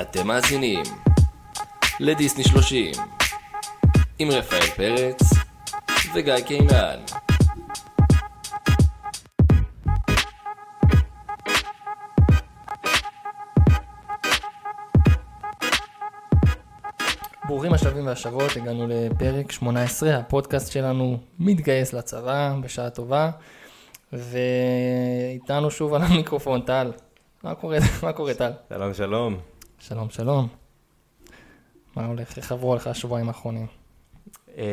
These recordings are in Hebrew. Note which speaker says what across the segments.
Speaker 1: אתם מאזינים לדיסני 30 עם רפאל פרץ וגיא קינן.
Speaker 2: ברוכים השבים והשבועות, הגענו לפרק 18, הפודקאסט שלנו מתגייס לצבא בשעה טובה, ואיתנו שוב על המיקרופון, טל. מה קורה, מה קורה טל?
Speaker 3: שלום שלום.
Speaker 2: שלום, שלום. מה הולך? איך עברו עליך השבועיים האחרונים?
Speaker 3: אה,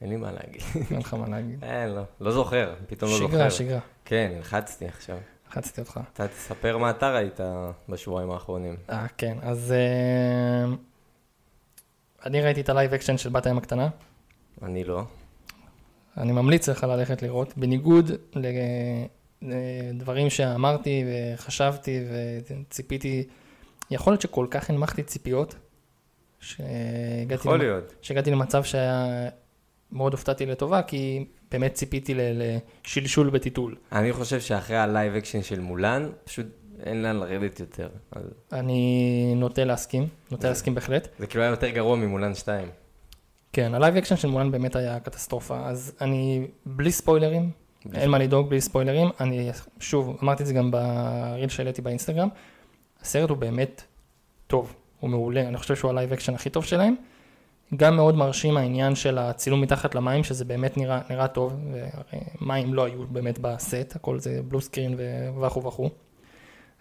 Speaker 3: אין לי מה להגיד.
Speaker 2: אין לך מה להגיד.
Speaker 3: אין, לא. לא זוכר, פתאום לא זוכר.
Speaker 2: שגרה, שגרה.
Speaker 3: כן, נלחצתי עכשיו.
Speaker 2: לחצתי אותך.
Speaker 3: אתה תספר מה אתה ראית בשבועיים האחרונים.
Speaker 2: אה, כן, אז... אה, אני ראיתי את הלייב אקשן של בת הים הקטנה.
Speaker 3: אני לא.
Speaker 2: אני ממליץ לך ללכת לראות, בניגוד ל- לדברים שאמרתי וחשבתי וציפיתי, יכול להיות שכל כך הנמכתי ציפיות, שהגעתי,
Speaker 3: יכול להיות.
Speaker 2: שהגעתי למצב שהיה מאוד הופתעתי לטובה, כי באמת ציפיתי ל- לשלשול בטיטול.
Speaker 3: אני חושב שאחרי הלייב אקשן של מולן, פשוט אין לאן לרדת יותר. אז-
Speaker 2: אני נוטה להסכים, נוטה להסכים בהחלט.
Speaker 3: זה כאילו היה יותר גרוע ממולן 2.
Speaker 2: כן, הלייב אקשן של מולן באמת היה קטסטרופה, אז אני בלי ספוילרים, אין מה לדאוג בלי ספוילרים, אני שוב, אמרתי את זה גם בריל שהעליתי באינסטגרם, הסרט הוא באמת טוב, הוא מעולה, אני חושב שהוא הלייב אקשן הכי טוב שלהם, גם מאוד מרשים העניין של הצילום מתחת למים, שזה באמת נראה, נראה טוב, והרי מים לא היו באמת בסט, הכל זה בלו סקרין וכו' וכו',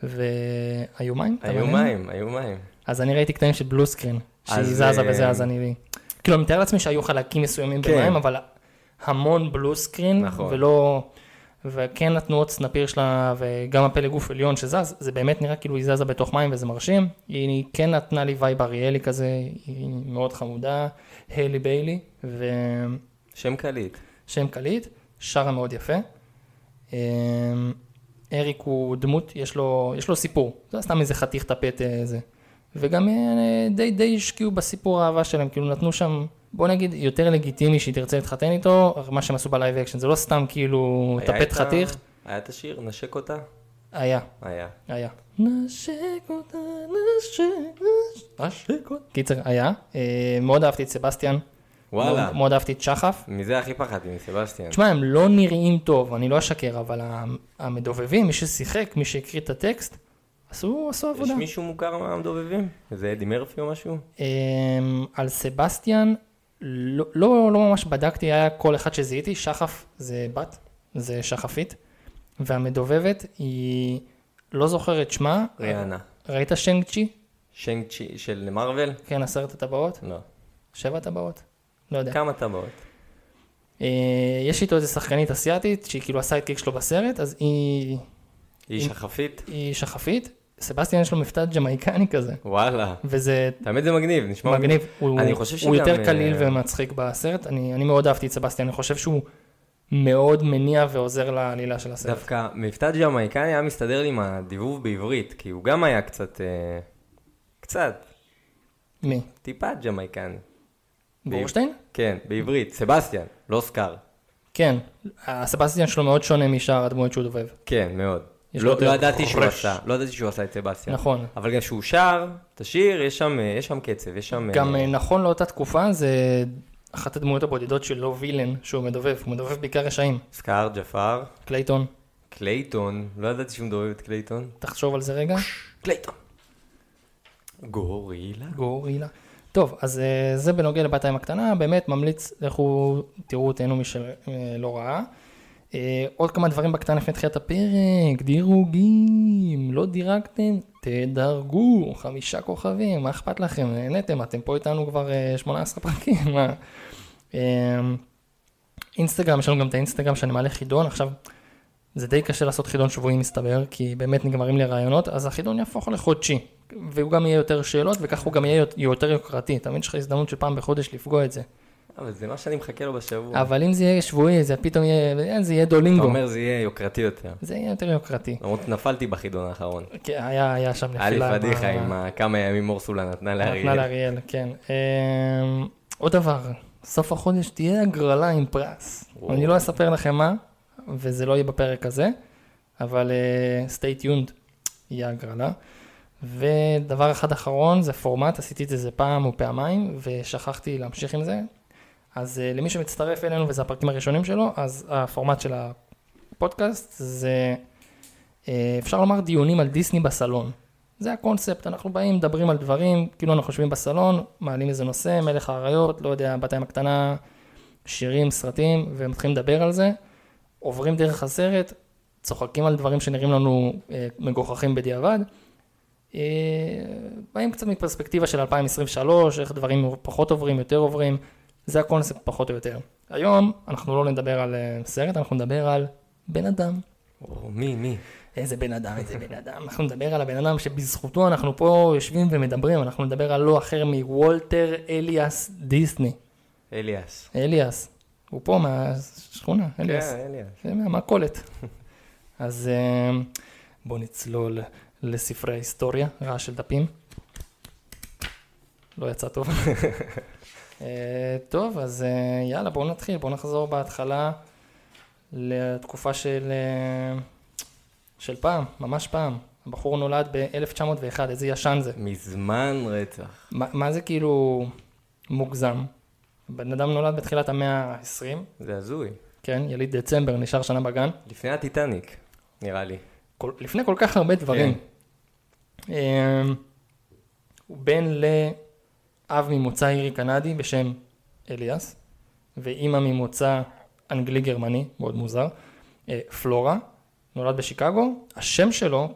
Speaker 2: והיו מים? אתה
Speaker 3: היו
Speaker 2: מעוניין?
Speaker 3: מים, היו מים.
Speaker 2: אז אני ראיתי קטעים של בלו סקרין, שהיא
Speaker 3: אז,
Speaker 2: זזה
Speaker 3: אה,
Speaker 2: וזה, אז אני... כאילו, אני מתאר לעצמי שהיו חלקים מסוימים
Speaker 3: כן.
Speaker 2: במים, אבל המון בלו סקרין,
Speaker 3: נכון.
Speaker 2: ולא... וכן נתנו עוד סנפיר שלה, וגם הפלג גוף עליון שזז, זה באמת נראה כאילו היא זזה בתוך מים וזה מרשים. היא כן נתנה לי וייב אריאלי כזה, היא מאוד חמודה, היילי ביילי, ושם
Speaker 3: שם קליט.
Speaker 2: קליט, שרה מאוד יפה. אמ, אריק הוא דמות, יש לו, יש לו סיפור, זה לא סתם איזה חתיך טפט אה, זה. וגם אה, די די השקיעו בסיפור האהבה שלהם, כאילו נתנו שם, בוא נגיד, יותר לגיטימי שהיא תרצה להתחתן איתו, מה שהם עשו בלייב אקשן, זה לא סתם כאילו
Speaker 3: היה
Speaker 2: טפט
Speaker 3: את ה-
Speaker 2: חתיך,
Speaker 3: היה את השיר, נשק אותה?
Speaker 2: היה,
Speaker 3: היה.
Speaker 2: היה. נשק אותה, נשק, נשק, נשק אותה. קיצר, היה. אה, מאוד אהבתי את סבסטיאן.
Speaker 3: וואלה.
Speaker 2: מאוד- מאוד אהבתי את שחף.
Speaker 3: מזה הכי פחדתי, מסבסטיאן.
Speaker 2: תשמע, הם לא נראים טוב, אני לא אשקר, אבל המ- המדובבים, מי ששיחק, מי שהקריא את הטקסט, עשו, עשו
Speaker 3: יש
Speaker 2: עבודה.
Speaker 3: מישהו מוכר מהמדובבים? זה אדי מרפי או משהו?
Speaker 2: אמ, על סבסטיאן, לא, לא, לא ממש בדקתי, היה כל אחד שזיהיתי, שחף זה בת, זה שחפית, והמדובבת היא, לא זוכר את שמה,
Speaker 3: ריאנה.
Speaker 2: ראית שנג צ'י?
Speaker 3: שיינג צ'י של מארוול?
Speaker 2: כן, עשרת הטבעות?
Speaker 3: לא.
Speaker 2: שבע טבעות? לא יודע.
Speaker 3: כמה טבעות?
Speaker 2: אה, יש איתו איזה שחקנית אסיאתית, שהיא כאילו עשה את קיק שלו בסרט, אז היא,
Speaker 3: היא שחפית?
Speaker 2: היא אה, שחפית, סבסטיאן יש לו מבטא ג'מייקני כזה,
Speaker 3: וואלה.
Speaker 2: וזה
Speaker 3: תמיד זה מגניב, נשמע
Speaker 2: מגניב, הוא,
Speaker 3: אני חושב
Speaker 2: הוא
Speaker 3: שגם,
Speaker 2: יותר קליל
Speaker 3: אה,
Speaker 2: ומצחיק בסרט, אני, אני מאוד אהבתי את סבסטיאן, אני חושב שהוא מאוד מניע ועוזר לעלילה של הסרט.
Speaker 3: דווקא מבטא ג'מייקני היה מסתדר לי עם הדיבוב בעברית, כי הוא גם היה קצת, אה, קצת,
Speaker 2: מי?
Speaker 3: טיפה ג'מייקני.
Speaker 2: בורשטיין?
Speaker 3: כן, בעברית, סבסטיאן, לא סקר.
Speaker 2: כן, הסבסטיאן שלו מאוד שונה משאר הדמויות שהוא דובב.
Speaker 3: כן, מאוד.
Speaker 2: יש
Speaker 3: לא
Speaker 2: לו
Speaker 3: לא
Speaker 2: יותר
Speaker 3: ידעתי שהוא
Speaker 2: חרש.
Speaker 3: עשה, לא ידעתי שהוא עשה את סבסטיאן.
Speaker 2: נכון.
Speaker 3: אבל גם כשהוא שר את השיר, יש שם, אה, יש שם קצב, יש שם... אה,
Speaker 2: גם אה, נכון לאותה תקופה, זה אחת הדמויות הבודדות שלא וילן, שהוא מדובב, הוא מדובב בעיקר רשעים.
Speaker 3: סקר, ג'פר,
Speaker 2: קלייטון,
Speaker 3: קלייטון, לא ידעתי שהוא מדובב את קלייטון.
Speaker 2: תחשוב על זה רגע.
Speaker 3: קלייטון. גורילה?
Speaker 2: גורילה. טוב, אז אה, זה בנוגע לבת הים הקטנה, באמת ממליץ, לכו תראו, תהנו מי שלא לא ראה. אה, עוד כמה דברים בקטנה לפני תחילת הפרק, דירוגים, לא דירקתם, תדרגו, חמישה כוכבים, מה אכפת לכם, נהניתם, אתם פה איתנו כבר אה, 18 פרקים, מה? אה, אינסטגרם, יש לנו גם את האינסטגרם שאני מעלה חידון, עכשיו זה די קשה לעשות חידון שבועי מסתבר, כי באמת נגמרים לי רעיונות, אז החידון יהפוך לחודשי, והוא גם יהיה יותר שאלות, וכך הוא גם יהיה יות- יותר יוקרתי, תמיד יש לך הזדמנות של פעם בחודש לפגוע את זה.
Speaker 3: אבל זה מה שאני מחכה לו בשבוע.
Speaker 2: אבל אם זה יהיה שבועי, זה פתאום יהיה, אין, זה יהיה
Speaker 3: אתה
Speaker 2: דולינגו,
Speaker 3: אומר זה יהיה יוקרתי יותר.
Speaker 2: זה יהיה יותר יוקרתי.
Speaker 3: למרות שנפלתי בחידון האחרון.
Speaker 2: כן, היה, היה שם נפילה.
Speaker 3: היה לי
Speaker 2: עם ה-
Speaker 3: פדיחה עם ה- כמה ימים אורסולה נתנה
Speaker 2: נתנה
Speaker 3: לאריאל.
Speaker 2: לאריאל, כן. אמ, עוד דבר, סוף החודש תהיה הגרלה עם פרס.
Speaker 3: וואו.
Speaker 2: אני לא אספר לכם מה, וזה לא יהיה בפרק הזה, אבל סטייט טיונד. אה, יהיה הגרלה. ודבר אחד אחרון זה פורמט, עשיתי את זה איזה פעם או פעמיים, ושכחתי להמשיך עם זה. אז אה, למי שמצטרף אלינו וזה הפרקים הראשונים שלו, אז הפורמט של הפודקאסט זה, אה, אפשר לומר דיונים על דיסני בסלון. זה הקונספט, אנחנו באים, מדברים על דברים, כאילו אנחנו יושבים בסלון, מעלים איזה נושא, מלך האריות, לא יודע, בת הים הקטנה, שירים, סרטים, ומתחילים לדבר על זה. עוברים דרך הסרט, צוחקים על דברים שנראים לנו אה, מגוחכים בדיעבד. אה, באים קצת מפרספקטיבה של 2023, איך דברים פחות עוברים, יותר עוברים, זה הקונספט פחות או יותר. היום אנחנו לא נדבר על אה, סרט, אנחנו נדבר על בן אדם.
Speaker 3: או, מי, מי?
Speaker 2: איזה בן אדם, איזה בן אדם. אנחנו נדבר על הבן אדם שבזכותו אנחנו פה יושבים ומדברים, אנחנו נדבר על לא אחר מוולטר אליאס דיסני.
Speaker 3: אליאס.
Speaker 2: אליאס, הוא פה מהשכונה, אליאס.
Speaker 3: כן, אליאס.
Speaker 2: זה מהמכולת. אז אה, בואו נצלול לספרי ההיסטוריה, רעש של דפים. לא יצא טוב. אה, טוב, אז אה, יאללה, בואו נתחיל, בואו נחזור בהתחלה לתקופה של, אה, של פעם, ממש פעם. הבחור נולד ב-1901, איזה ישן זה.
Speaker 3: מזמן רצח.
Speaker 2: מה, מה זה כאילו מוגזם? בן אדם נולד בתחילת המאה ה-20,
Speaker 3: זה הזוי.
Speaker 2: כן, יליד דצמבר, נשאר שנה בגן.
Speaker 3: לפני הטיטניק, נראה לי.
Speaker 2: כל, לפני כל כך הרבה דברים. אה, הוא בן לאב ממוצא אירי קנדי בשם אליאס, ואימא ממוצא אנגלי גרמני, מאוד מוזר, אה, פלורה, נולד בשיקגו, השם שלו,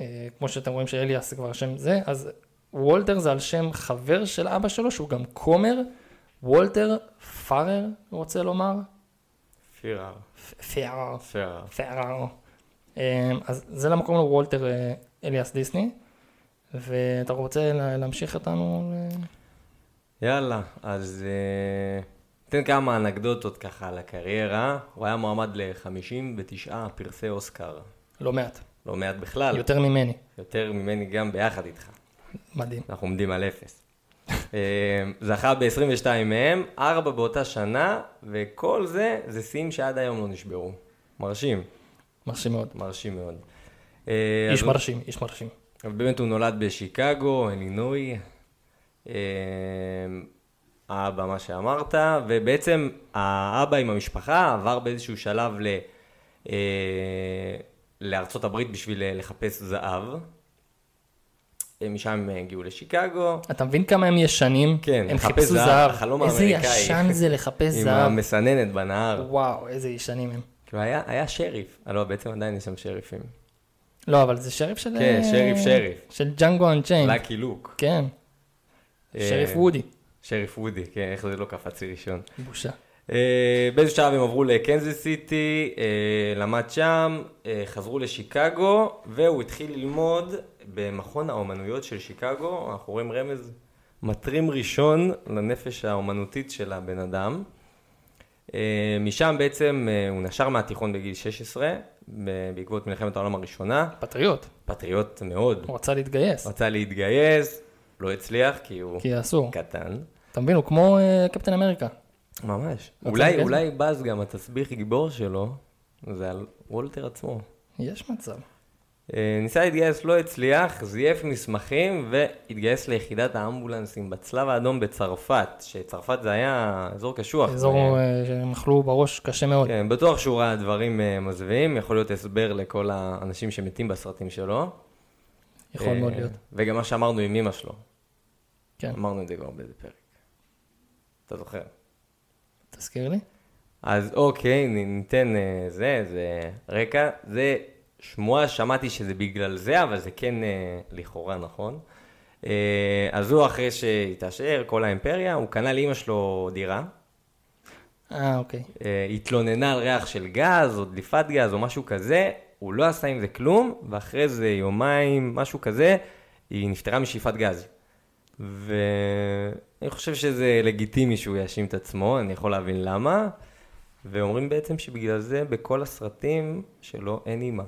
Speaker 2: אה, כמו שאתם רואים שאליאס זה כבר שם זה, אז וולטר זה על שם חבר של אבא שלו, שהוא גם כומר, וולטר פארר, הוא רוצה לומר,
Speaker 3: פירר.
Speaker 2: פ- פארר,
Speaker 3: פירר.
Speaker 2: פררו. אמ, אז זה למה קוראים לו וולטר אה, אליאס דיסני, ואתה רוצה לה- להמשיך אה, איתנו? ל-
Speaker 3: יאללה, אז אה, ניתן כמה אנקדוטות ככה על הקריירה. הוא היה מועמד ל-59 פרסי אוסקר.
Speaker 2: לא מעט,
Speaker 3: לא מעט בכלל,
Speaker 2: יותר ממני.
Speaker 3: יותר ממני גם ביחד איתך.
Speaker 2: מדהים.
Speaker 3: אנחנו עומדים על אפס. אה, זכה ב-22 מהם, ארבע באותה שנה, וכל זה, זה שיאים שעד היום לא נשברו. מרשים,
Speaker 2: מרשים מאוד.
Speaker 3: מרשים מאוד. אה,
Speaker 2: איש
Speaker 3: אז הוא-
Speaker 2: מרשים, איש מרשים.
Speaker 3: אבל באמת הוא נולד בשיקגו, אלינוי. אה, האבא, מה שאמרת, ובעצם האבא עם המשפחה עבר באיזשהו שלב ל... אה, לארצות הברית בשביל אה, לחפש זהב. אה, משם אה, הגיעו לשיקגו.
Speaker 2: אתה מבין כמה הם ישנים?
Speaker 3: כן,
Speaker 2: הם
Speaker 3: לחפש
Speaker 2: חיפשו
Speaker 3: זהב,
Speaker 2: זהב.
Speaker 3: החלום
Speaker 2: איזה
Speaker 3: האמריקאי.
Speaker 2: ישן זה לחפש
Speaker 3: עם
Speaker 2: זהב.
Speaker 3: המסננת בנהר.
Speaker 2: וואו, איזה ישנים הם.
Speaker 3: כאילו היה, היה שריף. אה, לא, בעצם עדיין יש שם שריפים.
Speaker 2: לא, אבל זה שריף של...
Speaker 3: כן,
Speaker 2: אה,
Speaker 3: שריף, שריף.
Speaker 2: של ג'אנגו אנצ'יינג.
Speaker 3: לקי לוק.
Speaker 2: כן,
Speaker 3: אה,
Speaker 2: שריף וודי.
Speaker 3: שריף וודי, כן, איך זה לא קפצי ראשון.
Speaker 2: בושה.
Speaker 3: אה, באיזשהו שלב הם עברו לקנזס סיטי, אה, למד שם, אה, חזרו לשיקגו, והוא התחיל ללמוד במכון האומנויות של שיקגו, אנחנו רואים רמז מטרים ראשון לנפש האומנותית של הבן אדם. אה, משם בעצם אה, הוא נשר מהתיכון בגיל 16, ב- בעקבות מלחמת העולם הראשונה,
Speaker 2: פטריוט,
Speaker 3: פטריוט מאוד,
Speaker 2: הוא רצה להתגייס,
Speaker 3: רצה להתגייס, לא הצליח כי הוא
Speaker 2: כי אסור.
Speaker 3: קטן.
Speaker 2: אתה מבין, הוא כמו אה, קפטן אמריקה.
Speaker 3: ממש.
Speaker 2: רוצה
Speaker 3: אולי,
Speaker 2: להתגייס?
Speaker 3: אולי באז גם התסביך גיבור שלו, זה על וולטר עצמו.
Speaker 2: יש מצב.
Speaker 3: אה, ניסה להתגייס, לא הצליח, זייף מסמכים והתגייס ליחידת האמבולנסים בצלב האדום בצרפת, שצרפת זה היה אזור קשוח.
Speaker 2: אזור אה, שהם אכלו בראש קשה מאוד.
Speaker 3: כן, בטוח שהוא ראה דברים אה, מזוויעים, יכול להיות הסבר לכל האנשים שמתים בסרטים שלו.
Speaker 2: יכול
Speaker 3: אה,
Speaker 2: מאוד להיות.
Speaker 3: וגם מה שאמרנו עם אמא שלו,
Speaker 2: כן.
Speaker 3: אמרנו את זה כבר באיזה פרק. אתה זוכר?
Speaker 2: תזכיר לי.
Speaker 3: אז אוקיי, נ- ניתן אה, זה, זה רקע. זה שמועה, שמעתי שזה בגלל זה, אבל זה כן אה, לכאורה נכון. אה, אז הוא אחרי שהתעשר, כל האימפריה, הוא קנה לאימא שלו דירה.
Speaker 2: אה, אוקיי.
Speaker 3: אה, התלוננה על ריח של גז, או דליפת גז, או משהו כזה. הוא לא עשה עם זה כלום, ואחרי זה יומיים, משהו כזה, היא נפטרה משאיפת גז. ואני חושב שזה לגיטימי שהוא יאשים את עצמו, אני יכול להבין למה. ואומרים בעצם שבגלל זה בכל הסרטים שלו אין אימא.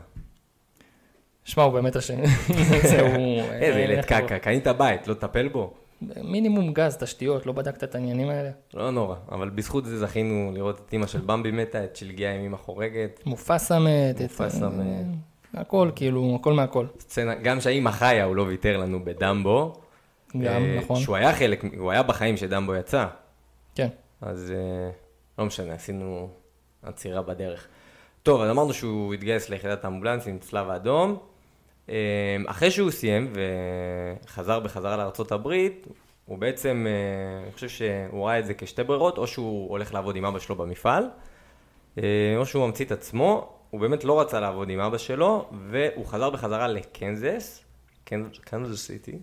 Speaker 2: שמע, הוא באמת אשם. אה, זה הוא...
Speaker 3: איזה ילד קקה, קנית בית, לא תטפל בו.
Speaker 2: מינימום גז, תשתיות, לא בדקת את העניינים האלה.
Speaker 3: לא נורא, אבל בזכות זה זכינו לראות את אימא של במבי מתה, את שלגיה עם אימא חורגת.
Speaker 2: מופסה מת. את-
Speaker 3: מופסה מת.
Speaker 2: הכל, כאילו, הכל מהכל.
Speaker 3: סצנה, גם שהאימא חיה, הוא לא ויתר לנו בדמבו.
Speaker 2: גם,
Speaker 3: אה,
Speaker 2: נכון.
Speaker 3: שהוא היה חלק, הוא היה בחיים כשדמבו יצא.
Speaker 2: כן.
Speaker 3: אז אה, לא משנה, עשינו עצירה בדרך. טוב, אז אמרנו שהוא התגייס ליחידת האמבולנסים, צלב האדום. אה, אחרי שהוא סיים וחזר בחזרה לארה"ב, הוא בעצם, אה, אני חושב שהוא ראה את זה כשתי ברירות, או שהוא הולך לעבוד עם אבא שלו במפעל, אה, או שהוא ממציא את עצמו. הוא באמת לא רצה לעבוד עם אבא שלו, והוא חזר בחזרה לקנזס, קנז- קנזס סיטי.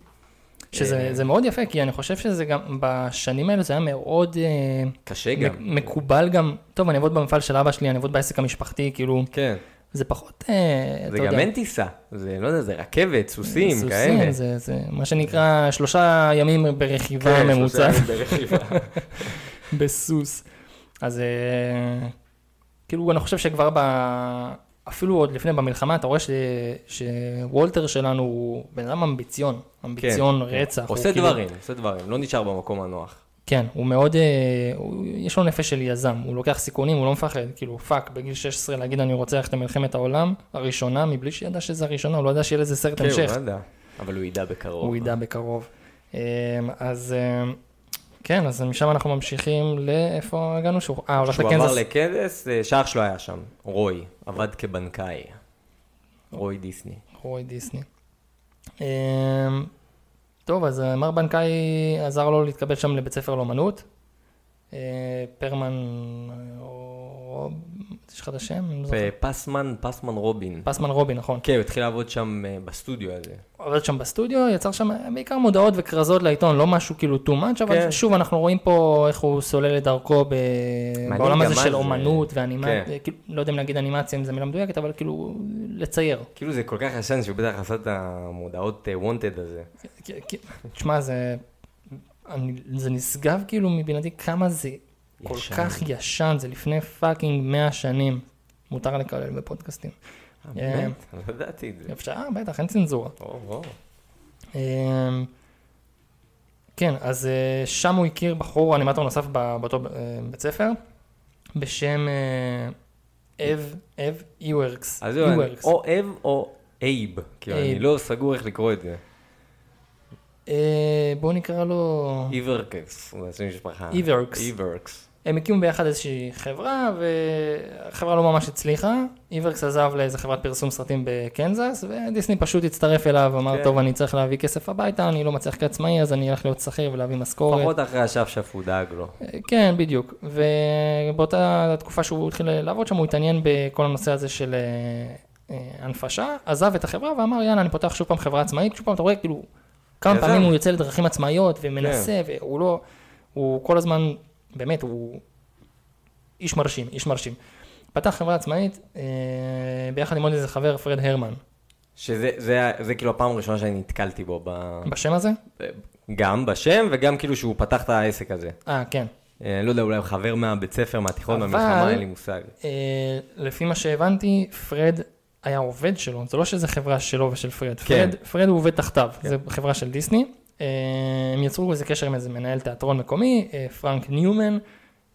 Speaker 2: שזה
Speaker 3: אה.
Speaker 2: זה מאוד יפה, כי אני חושב שזה גם, בשנים האלו זה היה מאוד אה,
Speaker 3: קשה
Speaker 2: מק-
Speaker 3: גם.
Speaker 2: מקובל גם, טוב, אני אעבוד במפעל של אבא שלי, אני אעבוד בעסק המשפחתי, כאילו,
Speaker 3: כן.
Speaker 2: זה פחות, אה,
Speaker 3: זה
Speaker 2: אתה
Speaker 3: גם
Speaker 2: יודע,
Speaker 3: אין טיסה, זה לא יודע, זה רכבת, סוסים,
Speaker 2: סוסים,
Speaker 3: כאלה.
Speaker 2: זה, זה מה שנקרא שלושה ימים ברכיבה
Speaker 3: כן,
Speaker 2: ממוצעת.
Speaker 3: שלושה ימים ברכיבה.
Speaker 2: בסוס. אז אה, כאילו, אני חושב שכבר ב... אפילו עוד לפני במלחמה, אתה רואה ש... שוולטר שלנו הוא בן אדם אמביציון, אמביציון
Speaker 3: כן, כן.
Speaker 2: רצח. הוא
Speaker 3: עושה
Speaker 2: כאילו-
Speaker 3: דברים, עושה דברים, לא נשאר במקום הנוח.
Speaker 2: כן, הוא מאוד, אה, הוא... יש לו נפש של יזם, הוא לוקח סיכונים, הוא לא מפחד, כאילו, פאק, בגיל 16 להגיד אני רוצח את מלחמת העולם, הראשונה, מבלי שידע שזה הראשונה, הוא לא ידע שיהיה לזה סרט
Speaker 3: כן, הוא
Speaker 2: המשך.
Speaker 3: לא ידע, אבל הוא ידע בקרוב.
Speaker 2: הוא ידע בקרוב. אמ, אז אמ, כן, אז משם אנחנו ממשיכים לאיפה הגענו? שהוא אה, הולך
Speaker 3: כשהוא עבר
Speaker 2: לקנזס.
Speaker 3: לקנזס, אה, שאח שלו היה שם, רוי, עבד כבנקאי. רוי דיסני.
Speaker 2: רוי דיסני. אמ, טוב, אז אה, מר בנקאי עזר לו להתקבל שם לבית ספר לאומנות. אה, פרמן, אה, רוב, יש לך את השם? אני לא זוכר.
Speaker 3: פסמן, פסמן רובין.
Speaker 2: פסמן רובי, נכון.
Speaker 3: כן, הוא התחיל לעבוד שם אה, בסטודיו הזה.
Speaker 2: עובד שם בסטודיו, יצר שם בעיקר מודעות וכרזות לעיתון, לא משהו כאילו too much, אבל
Speaker 3: כן.
Speaker 2: שוב, אנחנו רואים פה איך הוא סולל את דרכו ב... בעולם
Speaker 3: גם
Speaker 2: הזה
Speaker 3: מה
Speaker 2: של
Speaker 3: זה.
Speaker 2: אומנות ואנימציה,
Speaker 3: כן.
Speaker 2: כאילו, לא יודע אם להגיד אנימציה אם זה מילה מדויקת, אבל כאילו, לצייר.
Speaker 3: כאילו זה כל כך ישן שהוא בטח עשה את המודעות וונטד הזה.
Speaker 2: כי- כי- תשמע, זה... אני, זה נשגב כאילו מבינתי כמה זה כל
Speaker 3: ישן.
Speaker 2: כך ישן, זה לפני פאקינג 100 שנים. מותר לקלל בפודקאסטים.
Speaker 3: אה,
Speaker 2: כן.
Speaker 3: באמת? לא ידעתי את זה.
Speaker 2: אפשר, בטח, אין צנזורה.
Speaker 3: או, או.
Speaker 2: אמ, כן, אז אה, שם הוא הכיר בחור אנימטור נוסף ב- באותו אה, בית ספר, בשם אה, אב, אב איוורקס.
Speaker 3: אז זהו, אני-
Speaker 2: איוורקס.
Speaker 3: או אב או אייב. כאילו, אני
Speaker 2: אייב.
Speaker 3: לא סגור איך לקרוא את זה.
Speaker 2: אה, בואו נקרא לו...
Speaker 3: איברקס, הוא עצמי משפחה.
Speaker 2: איוורקס.
Speaker 3: איברקס.
Speaker 2: הם הקימו ביחד איזושהי חברה, והחברה לא ממש הצליחה. איוורקס עזב לאיזה חברת פרסום סרטים בקנזס, ודיסני פשוט הצטרף אליו, אמר,
Speaker 3: כן.
Speaker 2: טוב, אני צריך להביא כסף הביתה, אני לא מצליח כעצמאי, אז אני אלך להיות שכיר ולהביא משכורת.
Speaker 3: פחות אחרי השפשף הוא דאג לו.
Speaker 2: כן, בדיוק. ובאותה תקופה שהוא התחיל לעבוד שם, הוא התעניין בכל הנושא הזה של אה, אה, הנפשה, עזב את החברה ואמר, יאללה, אני פותח שוב פעם חברה עצמאית, שוב פעם, אתה רואה, כאילו, כמה
Speaker 3: יזם.
Speaker 2: פעמים הוא יוצא לדרכים עצמאיות ומנסה, והוא לא, הוא כל הזמן, באמת, הוא איש מרשים, איש מרשים. פתח חברה עצמאית, אה, ביחד עם עוד איזה חבר, פרד הרמן.
Speaker 3: שזה זה ה- זה כאילו הפעם הראשונה שאני נתקלתי בו, ב-
Speaker 2: בשם הזה?
Speaker 3: גם בשם וגם כאילו שהוא פתח את העסק הזה.
Speaker 2: אה, כן.
Speaker 3: אה, אני לא יודע, אולי הוא חבר מהבית ספר, מהתיכון,
Speaker 2: אבל-
Speaker 3: מהמלחמה, אין לי מושג.
Speaker 2: אה, לפי מה שהבנתי, פרד היה עובד שלו, זה לא שזה חברה שלו ושל פרד.
Speaker 3: כן.
Speaker 2: פרד, פרד הוא עובד תחתיו,
Speaker 3: כן.
Speaker 2: זו חברה של דיסני. אה, הם יצרו איזה קשר עם איזה מנהל תיאטרון מקומי, אה, פרנק ניומן,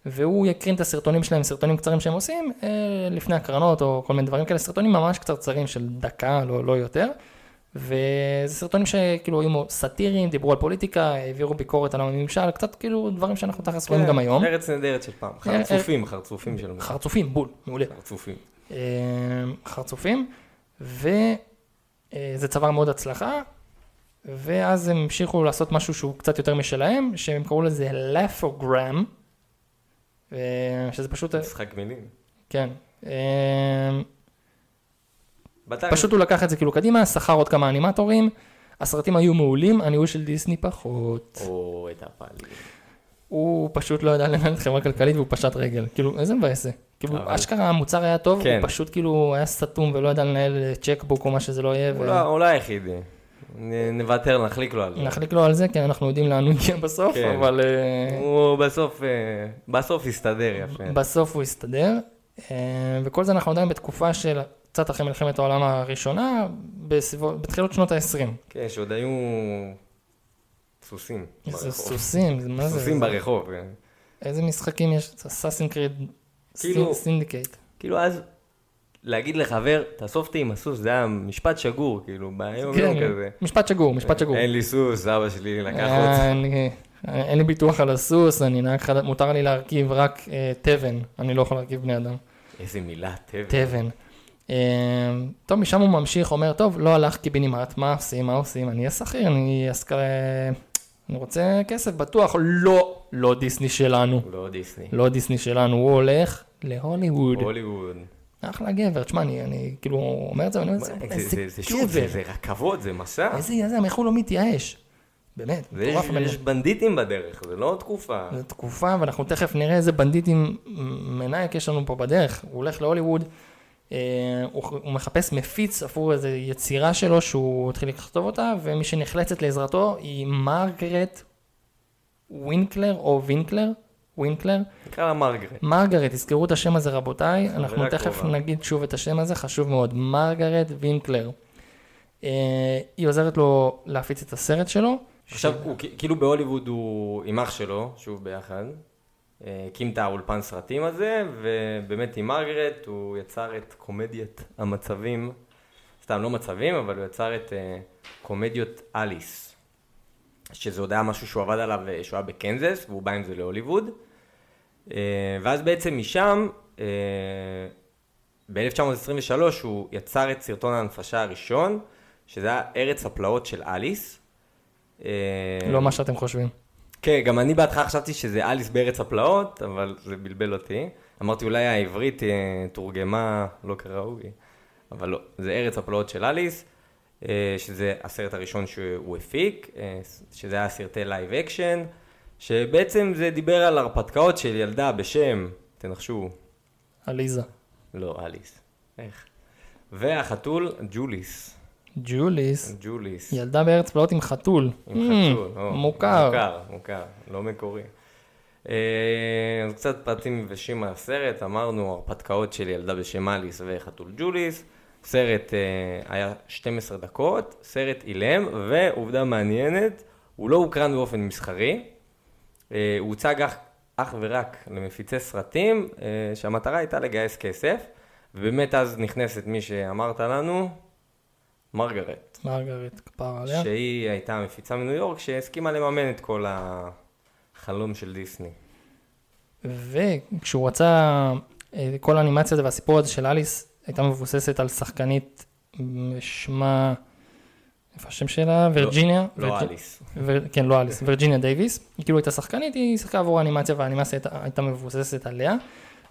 Speaker 2: והוא יקרין את הסרטונים שלהם, סרטונים קצרים שהם עושים, אה, לפני הקרנות או כל מיני דברים כאלה, סרטונים ממש קצרצרים של דקה, לא, לא יותר. וזה סרטונים שכאילו היו סאטיריים, דיברו על פוליטיקה, העבירו ביקורת על הממשל, קצת כאילו דברים שאנחנו תכלס
Speaker 3: כן.
Speaker 2: רואים גם היום.
Speaker 3: ארץ נהדרת של פעם.
Speaker 2: אה, אה.
Speaker 3: חרצופים, חרצופים של
Speaker 2: חרצופים, בול, מעולה.
Speaker 3: חרצופים.
Speaker 2: אה, חרצופים, וזה צבר מאוד הצלחה, ואז הם המשיכו לעשות משהו שהוא קצת יותר משלהם, שהם קראו לזה לפוגרם, שזה פשוט, אה,
Speaker 3: משחק מילים.
Speaker 2: כן, אה,
Speaker 3: בטח.
Speaker 2: פשוט הוא לקח את זה כאילו קדימה, שכר עוד כמה אנימטורים, הסרטים היו מעולים, הניהול של דיסני פחות.
Speaker 3: או, את הפעלים.
Speaker 2: הוא פשוט לא ידע לנהל את חברה כלכלית והוא פשט רגל, כאילו איזה מבאס זה. כאילו
Speaker 3: אבל-
Speaker 2: אשכרה המוצר היה טוב,
Speaker 3: כן.
Speaker 2: הוא פשוט כאילו היה סתום ולא ידע לנהל צ'קבוק או מה שזה לא יהיה. ו-
Speaker 3: הוא לא- הוא לא היחיד. נ- נוותר, נחליק לו על זה.
Speaker 2: נחליק לו על זה, כי אנחנו יודעים לאן הוא הגיע בסוף,
Speaker 3: כן.
Speaker 2: אבל אה,
Speaker 3: הוא בסוף, אה, בסוף הסתדר יפה.
Speaker 2: בסוף הוא הסתדר. אה, וכל זה אנחנו עדיין בתקופה של קצת אחרי מלחמת העולם הראשונה, בסביבות, בתחילות שנות ה-20.
Speaker 3: כן, שעוד היו סוסים
Speaker 2: זה
Speaker 3: ברחוב.
Speaker 2: סוסים, זה מה זה?
Speaker 3: סוסים
Speaker 2: זה-
Speaker 3: ברחוב. כן.
Speaker 2: איזה משחקים יש? אסאסין קריד,
Speaker 3: כאילו-
Speaker 2: סינדיקייט.
Speaker 3: כאילו אז להגיד לחבר, תאסוף אותי עם הסוס, זה היה משפט שגור, כאילו, ביום יום כזה.
Speaker 2: כן, משפט שגור, משפט שגור. אה.
Speaker 3: אין לי סוס, אבא שלי לקח אותי.
Speaker 2: אין לי- אין לי ביטוח על הסוס, אני נהג חד... מותר לי להרכיב רק אה, תבן, אני לא יכול להרכיב בני אדם.
Speaker 3: איזה מילה, טבע.
Speaker 2: תבן. אה, טוב, משם הוא ממשיך, אומר, טוב, לא הלך קיבינימט, מה עושים, מה עושים, אני אהיה שכיר, אני אשכיר, אני רוצה כסף, בטוח, לא, לא דיסני שלנו,
Speaker 3: הוא לא דיסני.
Speaker 2: לא דיסני שלנו, הוא הולך להוליווד.
Speaker 3: הוליווד.
Speaker 2: אחלה גבר, תשמע, אני, אני כאילו אומר את זה, ואני אומר, "זה-
Speaker 3: זה-
Speaker 2: איזה
Speaker 3: זה- זה שוב, זה-
Speaker 2: גבר,
Speaker 3: זה רכבות, זה מסע.
Speaker 2: איזה יזם, איך הוא לא מתייאש, באמת,
Speaker 3: זה-
Speaker 2: מטורף, הבן
Speaker 3: יש בנדיטים בדרך, זה לא תקופה.
Speaker 2: זו תקופה, ואנחנו תכף נראה איזה בנדיטים מנאייק יש לנו פה בדרך. הוא הולך להוליווד, אה, הוא, הוא מחפש מפיץ עבור איזו יצירה שלו שהוא התחיל לכתוב אותה, ומי שנחלצת לעזרתו היא מרגרט ווינקלר, או וינקלר, ווינקלר.
Speaker 3: נקרא לה מרגרט.
Speaker 2: מרגרט, תזכרו את השם הזה רבותיי, אנחנו
Speaker 3: חברה
Speaker 2: תכף
Speaker 3: קרובה.
Speaker 2: נגיד שוב את השם הזה, חשוב מאוד, מרגרט וינקלר. אה, היא עוזרת לו להפיץ את הסרט שלו.
Speaker 3: עכשיו, הוא כ- כאילו בהוליווד הוא עם אח שלו, שוב ביחד. אה, הקים את האולפן סרטים הזה, ובאמת עם מרגרט הוא יצר את קומדיית המצבים, סתם לא מצבים, אבל הוא יצר את אה, קומדיות אליס, שזה עוד היה משהו שהוא עבד עליו, אה, שהוא היה בקנזס, והוא בא עם זה להוליווד. אה, ואז בעצם משם, אה, ב-1923 הוא יצר את סרטון ההנפשה הראשון, שזה היה ארץ הפלאות של אליס. אה,
Speaker 2: לא מה שאתם חושבים.
Speaker 3: כן, גם אני בהתחלה חשבתי שזה אליס בארץ הפלאות, אבל זה בלבל אותי. אמרתי, אולי העברית אה, תורגמה לא כראוי, אבל לא, זה ארץ הפלאות של אליס, אה, שזה הסרט הראשון שהוא הפיק, אה, שזה היה סרטי לייב אקשן, שבעצם זה דיבר על הרפתקאות של ילדה בשם, תנחשו,
Speaker 2: עליזה.
Speaker 3: לא, אליס, איך? והחתול, ג'וליס,
Speaker 2: ג'וליס.
Speaker 3: ג'וליס.
Speaker 2: ילדה בארץ פלאות עם חתול.
Speaker 3: עם חתול.
Speaker 2: Mm,
Speaker 3: או,
Speaker 2: מוכר.
Speaker 3: מוכר, מוכר, לא מקורי. אה, אז קצת פרטים יבשים מהסרט, אמרנו הרפתקאות של ילדה בשם אליס וחתול ג'וליס. סרט אה, היה 12 דקות, סרט אילם, ועובדה מעניינת, הוא לא הוקרן באופן מסחרי. אה, הוא הוצג אך, אך ורק למפיצי סרטים, אה, שהמטרה הייתה לגייס כסף, ובאמת אז נכנסת מי שאמרת לנו, מרגרט.
Speaker 2: מרגרט כפר עליה.
Speaker 3: שהיא הייתה המפיצה מניו יורק, שהסכימה לממן את כל החלום של דיסני.
Speaker 2: וכשהוא רצה, אה, כל האנימציה הזה והסיפור הזה של אליס הייתה מבוססת על שחקנית מ, שמה, איפה השם שלה? וירג'יניה?
Speaker 3: לא
Speaker 2: וירג'-
Speaker 3: אליס.
Speaker 2: ויר- כן, לא אליס, וירג'יניה דייוויס. היא כאילו הייתה שחקנית, היא שיחקה עבור האנימציה והאנימציה הייתה- הייתה מבוססת עליה.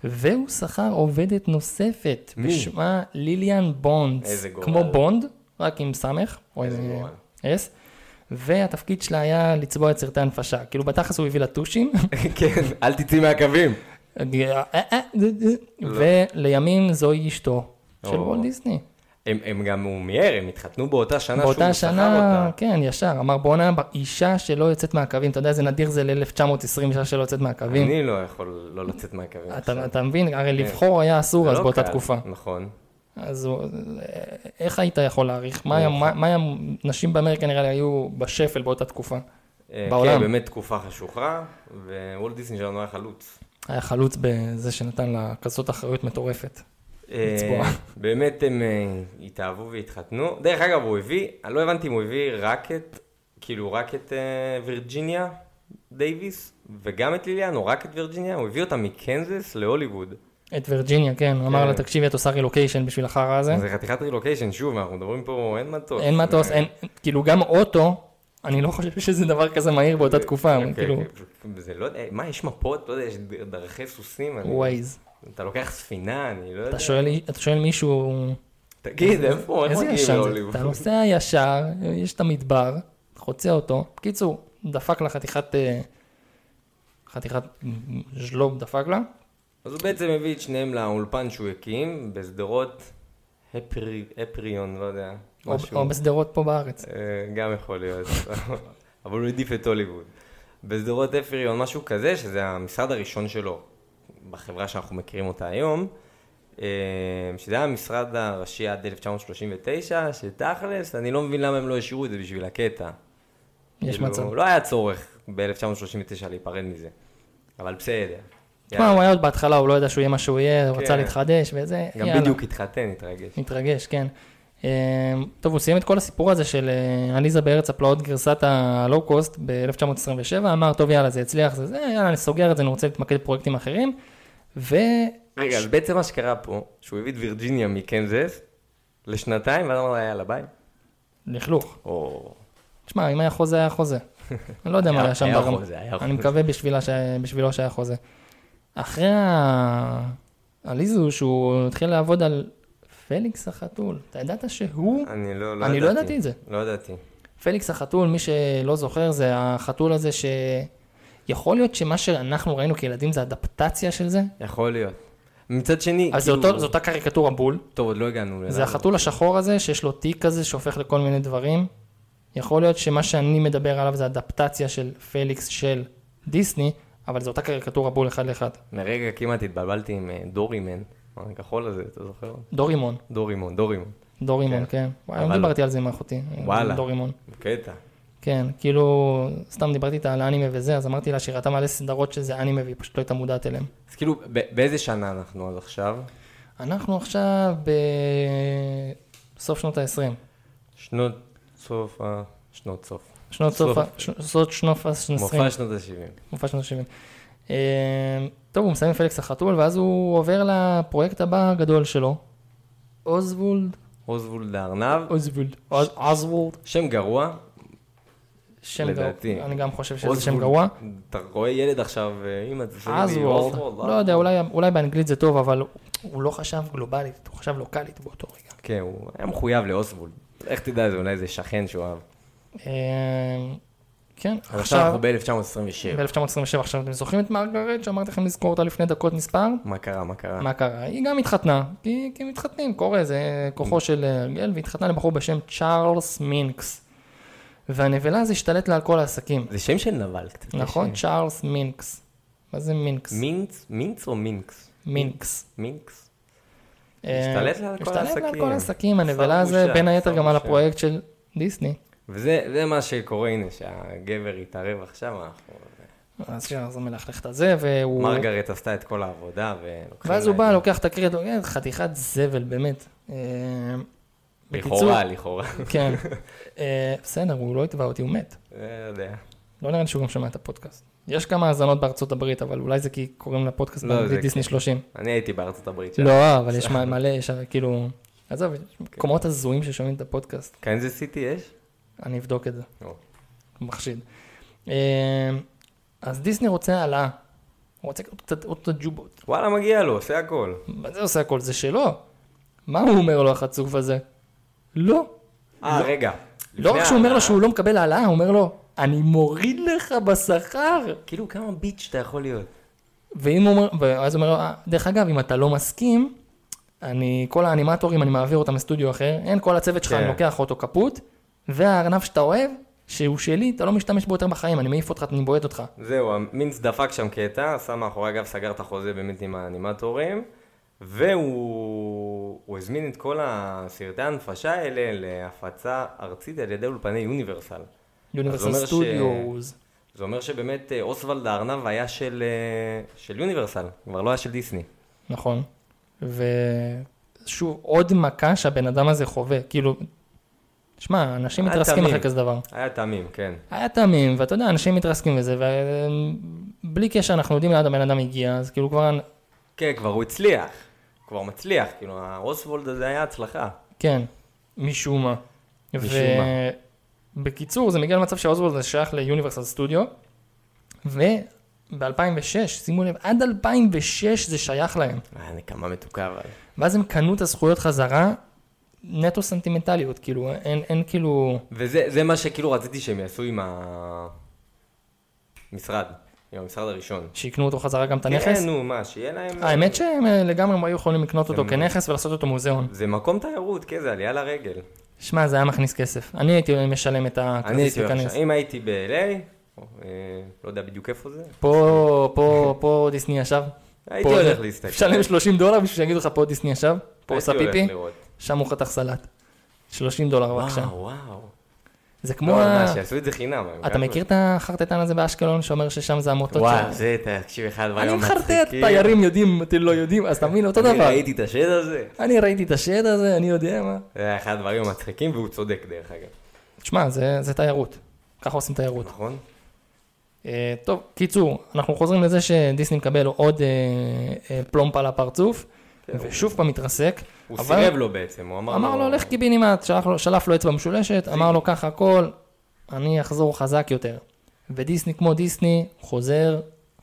Speaker 2: והוא שכר עובדת נוספת,
Speaker 3: מי?
Speaker 2: בשמה ליליאן בונדס.
Speaker 3: איזה גורל.
Speaker 2: כמו בונד, רק עם סמך. או
Speaker 3: איזה
Speaker 2: עם-
Speaker 3: גורל.
Speaker 2: אס, והתפקיד שלה היה לצבוע את סרטי הנפשה. כאילו בתכלס הוא הביא לה טושים,
Speaker 3: כן, אל תצאי מהקווים.
Speaker 2: ולימים זוהי אשתו של
Speaker 3: או.
Speaker 2: וולט דיסני.
Speaker 3: הם, הם גם, הוא מיהר, הם התחתנו באותה שנה
Speaker 2: באותה
Speaker 3: שהוא שכר
Speaker 2: שנה,
Speaker 3: אותה.
Speaker 2: כן, ישר, אמר בואנה, אישה שלא יוצאת מהקווים, אתה יודע איזה נדיר זה ל-1920 אישה שלא יוצאת מהקווים.
Speaker 3: אני לא יכול לא לצאת מהקווים.
Speaker 2: כן. אתה- אתה מבין, הרי לבחור היה אסור אז
Speaker 3: כן. לא
Speaker 2: באותה
Speaker 3: קל,
Speaker 2: תקופה.
Speaker 3: נכון.
Speaker 2: אז הוא- איך היית יכול להעריך? מה היה- מה מה היה, נשים באמריקה נראה לי היו בשפל באותה תקופה.
Speaker 3: אה,
Speaker 2: בעולם.
Speaker 3: כן, באמת תקופה חשוכה, ווולט דיסני שלנו היה חלוץ.
Speaker 2: היה חלוץ בזה שנתן לה כזאת אחריות מטורפת.
Speaker 3: אה,
Speaker 2: לצבוע.
Speaker 3: באמת הם אה, התאהבו והתחתנו. דרך אגב, הוא הביא, אני לא הבנתי אם הוא הביא רק את, כאילו, רק את אה, וירג'יניה דייוויס, וגם את ליליאן, או רק את וירג'יניה, הוא הביא אותה מקנזס להוליווד.
Speaker 2: את וירג'יניה, כן, הוא אמר לה, תקשיבי, את עושה רילוקיישן בשביל החרא הזה.
Speaker 3: זה חתיכת רילוקיישן, שוב, אנחנו מדברים פה, אין מטוס.
Speaker 2: אין מטוס,
Speaker 3: אה,
Speaker 2: אין, כאילו גם אוטו, אני לא חושב שזה דבר כזה מהיר באותה תקופה,
Speaker 3: אוקיי,
Speaker 2: כאילו,
Speaker 3: זה לא יודע, מה, יש מפות? לא יודע, יש דרכי סוסים? אני-
Speaker 2: ווייז.
Speaker 3: אתה לוקח ספינה, אני לא יודע.
Speaker 2: אתה שואל, אתה שואל מישהו,
Speaker 3: תגיד, איפה, איך
Speaker 2: איזה
Speaker 3: מגיעים
Speaker 2: ישר זה?
Speaker 3: להוליווד?
Speaker 2: אתה לא נוסע ישר, יש את המדבר, חוצה אותו. בקיצור, דפק לה חתיכת, אה, חתיכת ז'לוב דפק לה.
Speaker 3: אז הוא בעצם הביא את שניהם לאולפן שהוא הקים, בשדרות הפרי, הפריון, לא יודע,
Speaker 2: או- או בשדרות פה בארץ.
Speaker 3: אה, גם יכול להיות, אבל הוא העדיף את הוליווד. בשדרות הפריון, משהו כזה, שזה המשרד הראשון שלו בחברה שאנחנו מכירים אותה היום, אה, שזה היה המשרד הראשי עד 1939, שתכלס, אני לא מבין למה הם לא השאירו את זה בשביל הקטע.
Speaker 2: יש
Speaker 3: כאילו,
Speaker 2: מצב.
Speaker 3: לא היה צורך ב-1939 להיפרד מזה, אבל בסדר.
Speaker 2: תשמע, הוא היה עוד בהתחלה, הוא לא ידע שהוא יהיה מה שהוא יהיה, הוא
Speaker 3: כן.
Speaker 2: רצה להתחדש וזה,
Speaker 3: גם
Speaker 2: יאללה.
Speaker 3: בדיוק התחתן, התרגש.
Speaker 2: מתרגש, כן. אה, טוב, הוא סיים את כל הסיפור הזה של אה, עליזה בארץ הפלאות גרסת הלואו-קוסט ב-1927, אמר, טוב, יאללה, זה הצליח, זה זה, יאללה, אני סוגר את זה, אני רוצה להתמקד בפרויקטים אחרים, ו...
Speaker 3: רגע, אז בעצם מה שקרה פה, שהוא הביא את וירג'יניה מקנזס לשנתיים, ואז אמר לה, יאללה, ביי.
Speaker 2: לכלוך.
Speaker 3: או...
Speaker 2: תשמע, אם היה חוזה, היה חוזה. אני לא יודע מה
Speaker 3: היה-
Speaker 2: היה שם
Speaker 3: היה
Speaker 2: ברמה.
Speaker 3: חוזה, היה
Speaker 2: אני
Speaker 3: חוזה.
Speaker 2: מקווה בשבילה ש- בשבילו שהיה חוזה. אחרי ה- עליזו, שהוא התחיל לעבוד על פליקס החתול. אתה ידעת שהוא?
Speaker 3: אני לא ידעתי.
Speaker 2: אני לא ידעתי את זה.
Speaker 3: לא ידעתי.
Speaker 2: פליקס החתול, מי שלא זוכר, זה החתול הזה ש... יכול להיות שמה שאנחנו ראינו כילדים זה אדפטציה של זה?
Speaker 3: יכול להיות. מצד שני,
Speaker 2: אז זה
Speaker 3: אה, כאילו-
Speaker 2: אותו- זו אותה קריקטורה בול,
Speaker 3: טוב, עוד לא הגענו לזה.
Speaker 2: זה החתול השחור הזה שיש לו תיק כזה שהופך לכל מיני דברים. יכול להיות שמה שאני מדבר עליו זה אדפטציה של פליקס של דיסני, אבל זו אותה קריקטורה בול אחד לאחד.
Speaker 3: לרגע כמעט התבלבלתי עם אה, דורימן, הכחול הזה, אתה זוכר?
Speaker 2: דורימון,
Speaker 3: דורימון, דורימון.
Speaker 2: דורימון,
Speaker 3: כן.
Speaker 2: כן. וואי, היום
Speaker 3: אבל-
Speaker 2: דיברתי על זה עם אחותי.
Speaker 3: וואלה.
Speaker 2: דורימון.
Speaker 3: קטע.
Speaker 2: כן, כאילו, סתם דיברתי איתה על האנימה וזה, אז אמרתי לה שהיא ראתה מלא סדרות שזה אנימה והיא פשוט לא הייתה מודעת אליהם.
Speaker 3: אז כאילו, ב- באיזה שנה אנחנו אז עכשיו?
Speaker 2: אנחנו עכשיו בסוף שנות ה-20.
Speaker 3: שנות סוף ה... שנות סוף.
Speaker 2: שנות סוף ה...
Speaker 3: סוף.
Speaker 2: ש- סוף שנות ה-20.
Speaker 3: מופע שנות ה-70.
Speaker 2: מופע שנות ה-70. אמ, טוב, הוא מסיים עם פליקס החתול, ואז הוא עובר לפרויקט הבא הגדול שלו. אוזוולד.
Speaker 3: רוזוולד הארנב,
Speaker 2: אוזוולד. אוזוולד.
Speaker 3: שם גרוע.
Speaker 2: שם גרוע.
Speaker 3: לדעתי.
Speaker 2: אני גם חושב שזה שם
Speaker 3: רוזוולד.
Speaker 2: גרוע.
Speaker 3: אתה רואה ילד עכשיו, אה, אמא, תעשה לי
Speaker 2: אוזוולד.
Speaker 3: רוזוולד,
Speaker 2: לא יודע, אולי- אולי באנגלית זה טוב, אבל הוא לא חשב גלובלית, הוא חשב לוקאלית באותו רגע.
Speaker 3: כן, הוא היה מחויב לאוסוולד. איך תדע, זה אולי זה שכן שהוא אהב.
Speaker 2: אה, כן,
Speaker 3: אז עכשיו
Speaker 2: עכשיו...
Speaker 3: אנחנו ב-1927.
Speaker 2: ב-1927. עכשיו, אתם זוכרים את מרגרט שאמרתי לכם לזכור אותה לפני דקות מספר?
Speaker 3: מה קרה, מה קרה?
Speaker 2: מה קרה? היא גם התחתנה, כי, כי מתחתנים, קורה, זה כוחו של אה, הרגל, והיא התחתנה לבחור בשם צ'ארלס מינקס. והנבלה הזו השתלט לה על כל העסקים,
Speaker 3: זה שם של נבל קצת.
Speaker 2: נכון?
Speaker 3: יש,
Speaker 2: צ'ארלס מינקס. מה זה מינקס?
Speaker 3: אה, מינץ? מינץ או מינקס?
Speaker 2: מינקס.
Speaker 3: מינקס.
Speaker 2: אה,
Speaker 3: השתלט לה על כל
Speaker 2: השתלט לה על
Speaker 3: העסקים.
Speaker 2: כל העסקים,
Speaker 3: שר
Speaker 2: הנבלה הזה,
Speaker 3: בושה,
Speaker 2: בין היתר
Speaker 3: שר
Speaker 2: גם על
Speaker 3: בושה.
Speaker 2: הפרויקט של דיסני.
Speaker 3: וזה זה מה שקורה, הנה, שהגבר התערב עכשיו, אנחנו...
Speaker 2: אז צ'ארלס מלכלך את הזה, והוא...
Speaker 3: מרגרט עשתה את כל העבודה, ולוקחים...
Speaker 2: ואז הוא
Speaker 3: לה-
Speaker 2: בא, לוקח את הקרדיט, אה, חתיכת זבל, באמת. אה, בקיצור,
Speaker 3: לכאורה, לכאורה.
Speaker 2: כן. אה, בסדר, הוא לא התבע אותי, הוא מת.
Speaker 3: אה, לא יודע.
Speaker 2: לא נראה לי שהוא גם שמע את הפודקאסט. יש כמה האזנות בארצות הברית, אבל אולי זה כי קוראים לפודקאסט
Speaker 3: לא,
Speaker 2: באנגלית
Speaker 3: זה
Speaker 2: דיסני
Speaker 3: כן.
Speaker 2: 30.
Speaker 3: אני הייתי בארצות הברית שם.
Speaker 2: לא, אבל יש מ- מלא, יש כאילו... עזוב, יש
Speaker 3: כן.
Speaker 2: מקומות הזויים ששומעים את הפודקאסט.
Speaker 3: קנזס סיטי יש? לא.
Speaker 2: אני אבדוק את זה,
Speaker 3: או.
Speaker 2: מחשיד. אה, אז דיסני רוצה העלאה. הוא רוצה קצת אותו ג'ובות.
Speaker 3: וואלה, מגיע לו, עושה הכל.
Speaker 2: מה זה עושה הכל? זה שלו. מה הוא אומר לו החצוף הזה? לא.
Speaker 3: אה, רגע.
Speaker 2: לא
Speaker 3: לפני
Speaker 2: רק שהוא אומר
Speaker 3: ה-
Speaker 2: לו שהוא לא מקבל העלאה, הוא אומר לו, אני מוריד לך בשכר.
Speaker 3: כאילו, כמה ביץ' אתה יכול להיות?
Speaker 2: ואם הוא אומר, ואז הוא אומר, לו, "אה, דרך אגב, אם אתה לא מסכים, אני, כל האנימטורים, אני מעביר אותם לסטודיו אחר, אין כל הצוות שלך,
Speaker 3: כן.
Speaker 2: אני לוקח אותו כפות, והארנב שאתה אוהב, שהוא שלי, אתה לא משתמש בו יותר בחיים, אני מעיף אותך, אני בועט אותך.
Speaker 3: זהו, המינץ דפק שם קטע, עשה מאחורי הגב, סגר את החוזה באמת עם האנימטורים, והוא הוא הזמין את כל הסרטי ההנפשה האלה להפצה ארצית על ידי אולפני יוניברסל.
Speaker 2: יוניברסל
Speaker 3: אומר ש-
Speaker 2: סטודיוס.
Speaker 3: זה אומר שבאמת אה, אוסוולד הארנב היה של, אה, של יוניברסל, כבר לא היה של דיסני.
Speaker 2: נכון. ושוב, עוד מכה שהבן אדם הזה חווה, כאילו, שמע, אנשים
Speaker 3: היה
Speaker 2: מתרסקים אחרי
Speaker 3: תמים.
Speaker 2: כזה דבר.
Speaker 3: היה תמים, כן.
Speaker 2: היה תמים, ואתה יודע, אנשים מתרסקים וזה, ובלי קשר, אנחנו יודעים לאן הבן אדם הגיע, אז כאילו כבר
Speaker 3: כן, כבר הוא הצליח. כבר מצליח, כאילו, האוסוולד הזה היה הצלחה.
Speaker 2: כן, משום מה.
Speaker 3: משום
Speaker 2: ובקיצור, זה מגיע למצב שאוזוולד זה שייך ליוניברסל סטודיו, וב-2006, שימו לב, עד 2006 זה שייך להם.
Speaker 3: אה, נקמה מתוקה, אבל.
Speaker 2: ואז הם קנו את הזכויות חזרה, נטו סנטימנטליות, כאילו, אין, אין כאילו...
Speaker 3: וזה זה מה שכאילו רציתי שהם יעשו עם המשרד, עם המשרד הראשון.
Speaker 2: שיקנו אותו חזרה גם את הנכס.
Speaker 3: כן, נו, מה, שיהיה להם...
Speaker 2: האמת שהם אה, לגמרי היו יכולים לקנות אותו כנכס ולעשות אותו מוזיאון.
Speaker 3: זה מקום תיירות, כן, זה עלייה לרגל.
Speaker 2: שמע, זה היה מכניס כסף. אני הייתי משלם את
Speaker 3: אני
Speaker 2: הכרטיס
Speaker 3: הייתי הולך
Speaker 2: להיכנס.
Speaker 3: שם. אם הייתי ב-LA, או, אה, לא יודע בדיוק איפה זה,
Speaker 2: פה, פה, פה דיסני ישב.
Speaker 3: הייתי
Speaker 2: פה
Speaker 3: הולך
Speaker 2: זה-
Speaker 3: להסתכל.
Speaker 2: תשלם 30 דולר בשביל שיגידו לך פה דיסני ישב, פה
Speaker 3: הייתי
Speaker 2: עושה
Speaker 3: הולך
Speaker 2: פיפי,
Speaker 3: לראות.
Speaker 2: שם הוא חתך סלט. 30 דולר בבקשה.
Speaker 3: וואו, וואו.
Speaker 2: זה
Speaker 3: לא,
Speaker 2: כמו... ה-
Speaker 3: מה, שיעשו את זה חינם.
Speaker 2: אתה מכיר את החרטטן הזה באשקלון שאומר ששם זה המוטות
Speaker 3: וואו,
Speaker 2: שלו?
Speaker 3: זה, תקשיב, אחד
Speaker 2: אני
Speaker 3: הדברים
Speaker 2: מחרטט, תיירים יודעים, אתם לא יודעים, אז אתה מבין, אותו
Speaker 3: כאילו." אני
Speaker 2: דבר.
Speaker 3: ראיתי את השד הזה.
Speaker 2: אני ראיתי את השד הזה, אני יודע מה.
Speaker 3: זה היה אחד הדברים המצחיקים, והוא צודק דרך אגב.
Speaker 2: תשמע, זה זה תיירות. ככה עושים תיירות.
Speaker 3: נכון?
Speaker 2: אה, טוב, קיצור, אנחנו חוזרים לזה שדיסני מקבל עוד אה, אה, פלומפ על הפרצוף, ושוב פעם מתרסק.
Speaker 3: כן. הוא
Speaker 2: אבל-
Speaker 3: סירב לו בעצם, הוא אמר "לא, לו...
Speaker 2: אמר לו, לך קיבינימט, שלח לו- שלף לו אצבע משולשת, אמר לו, ככה הכל, אני אחזור חזק יותר. ודיסני כמו דיסני, חוזר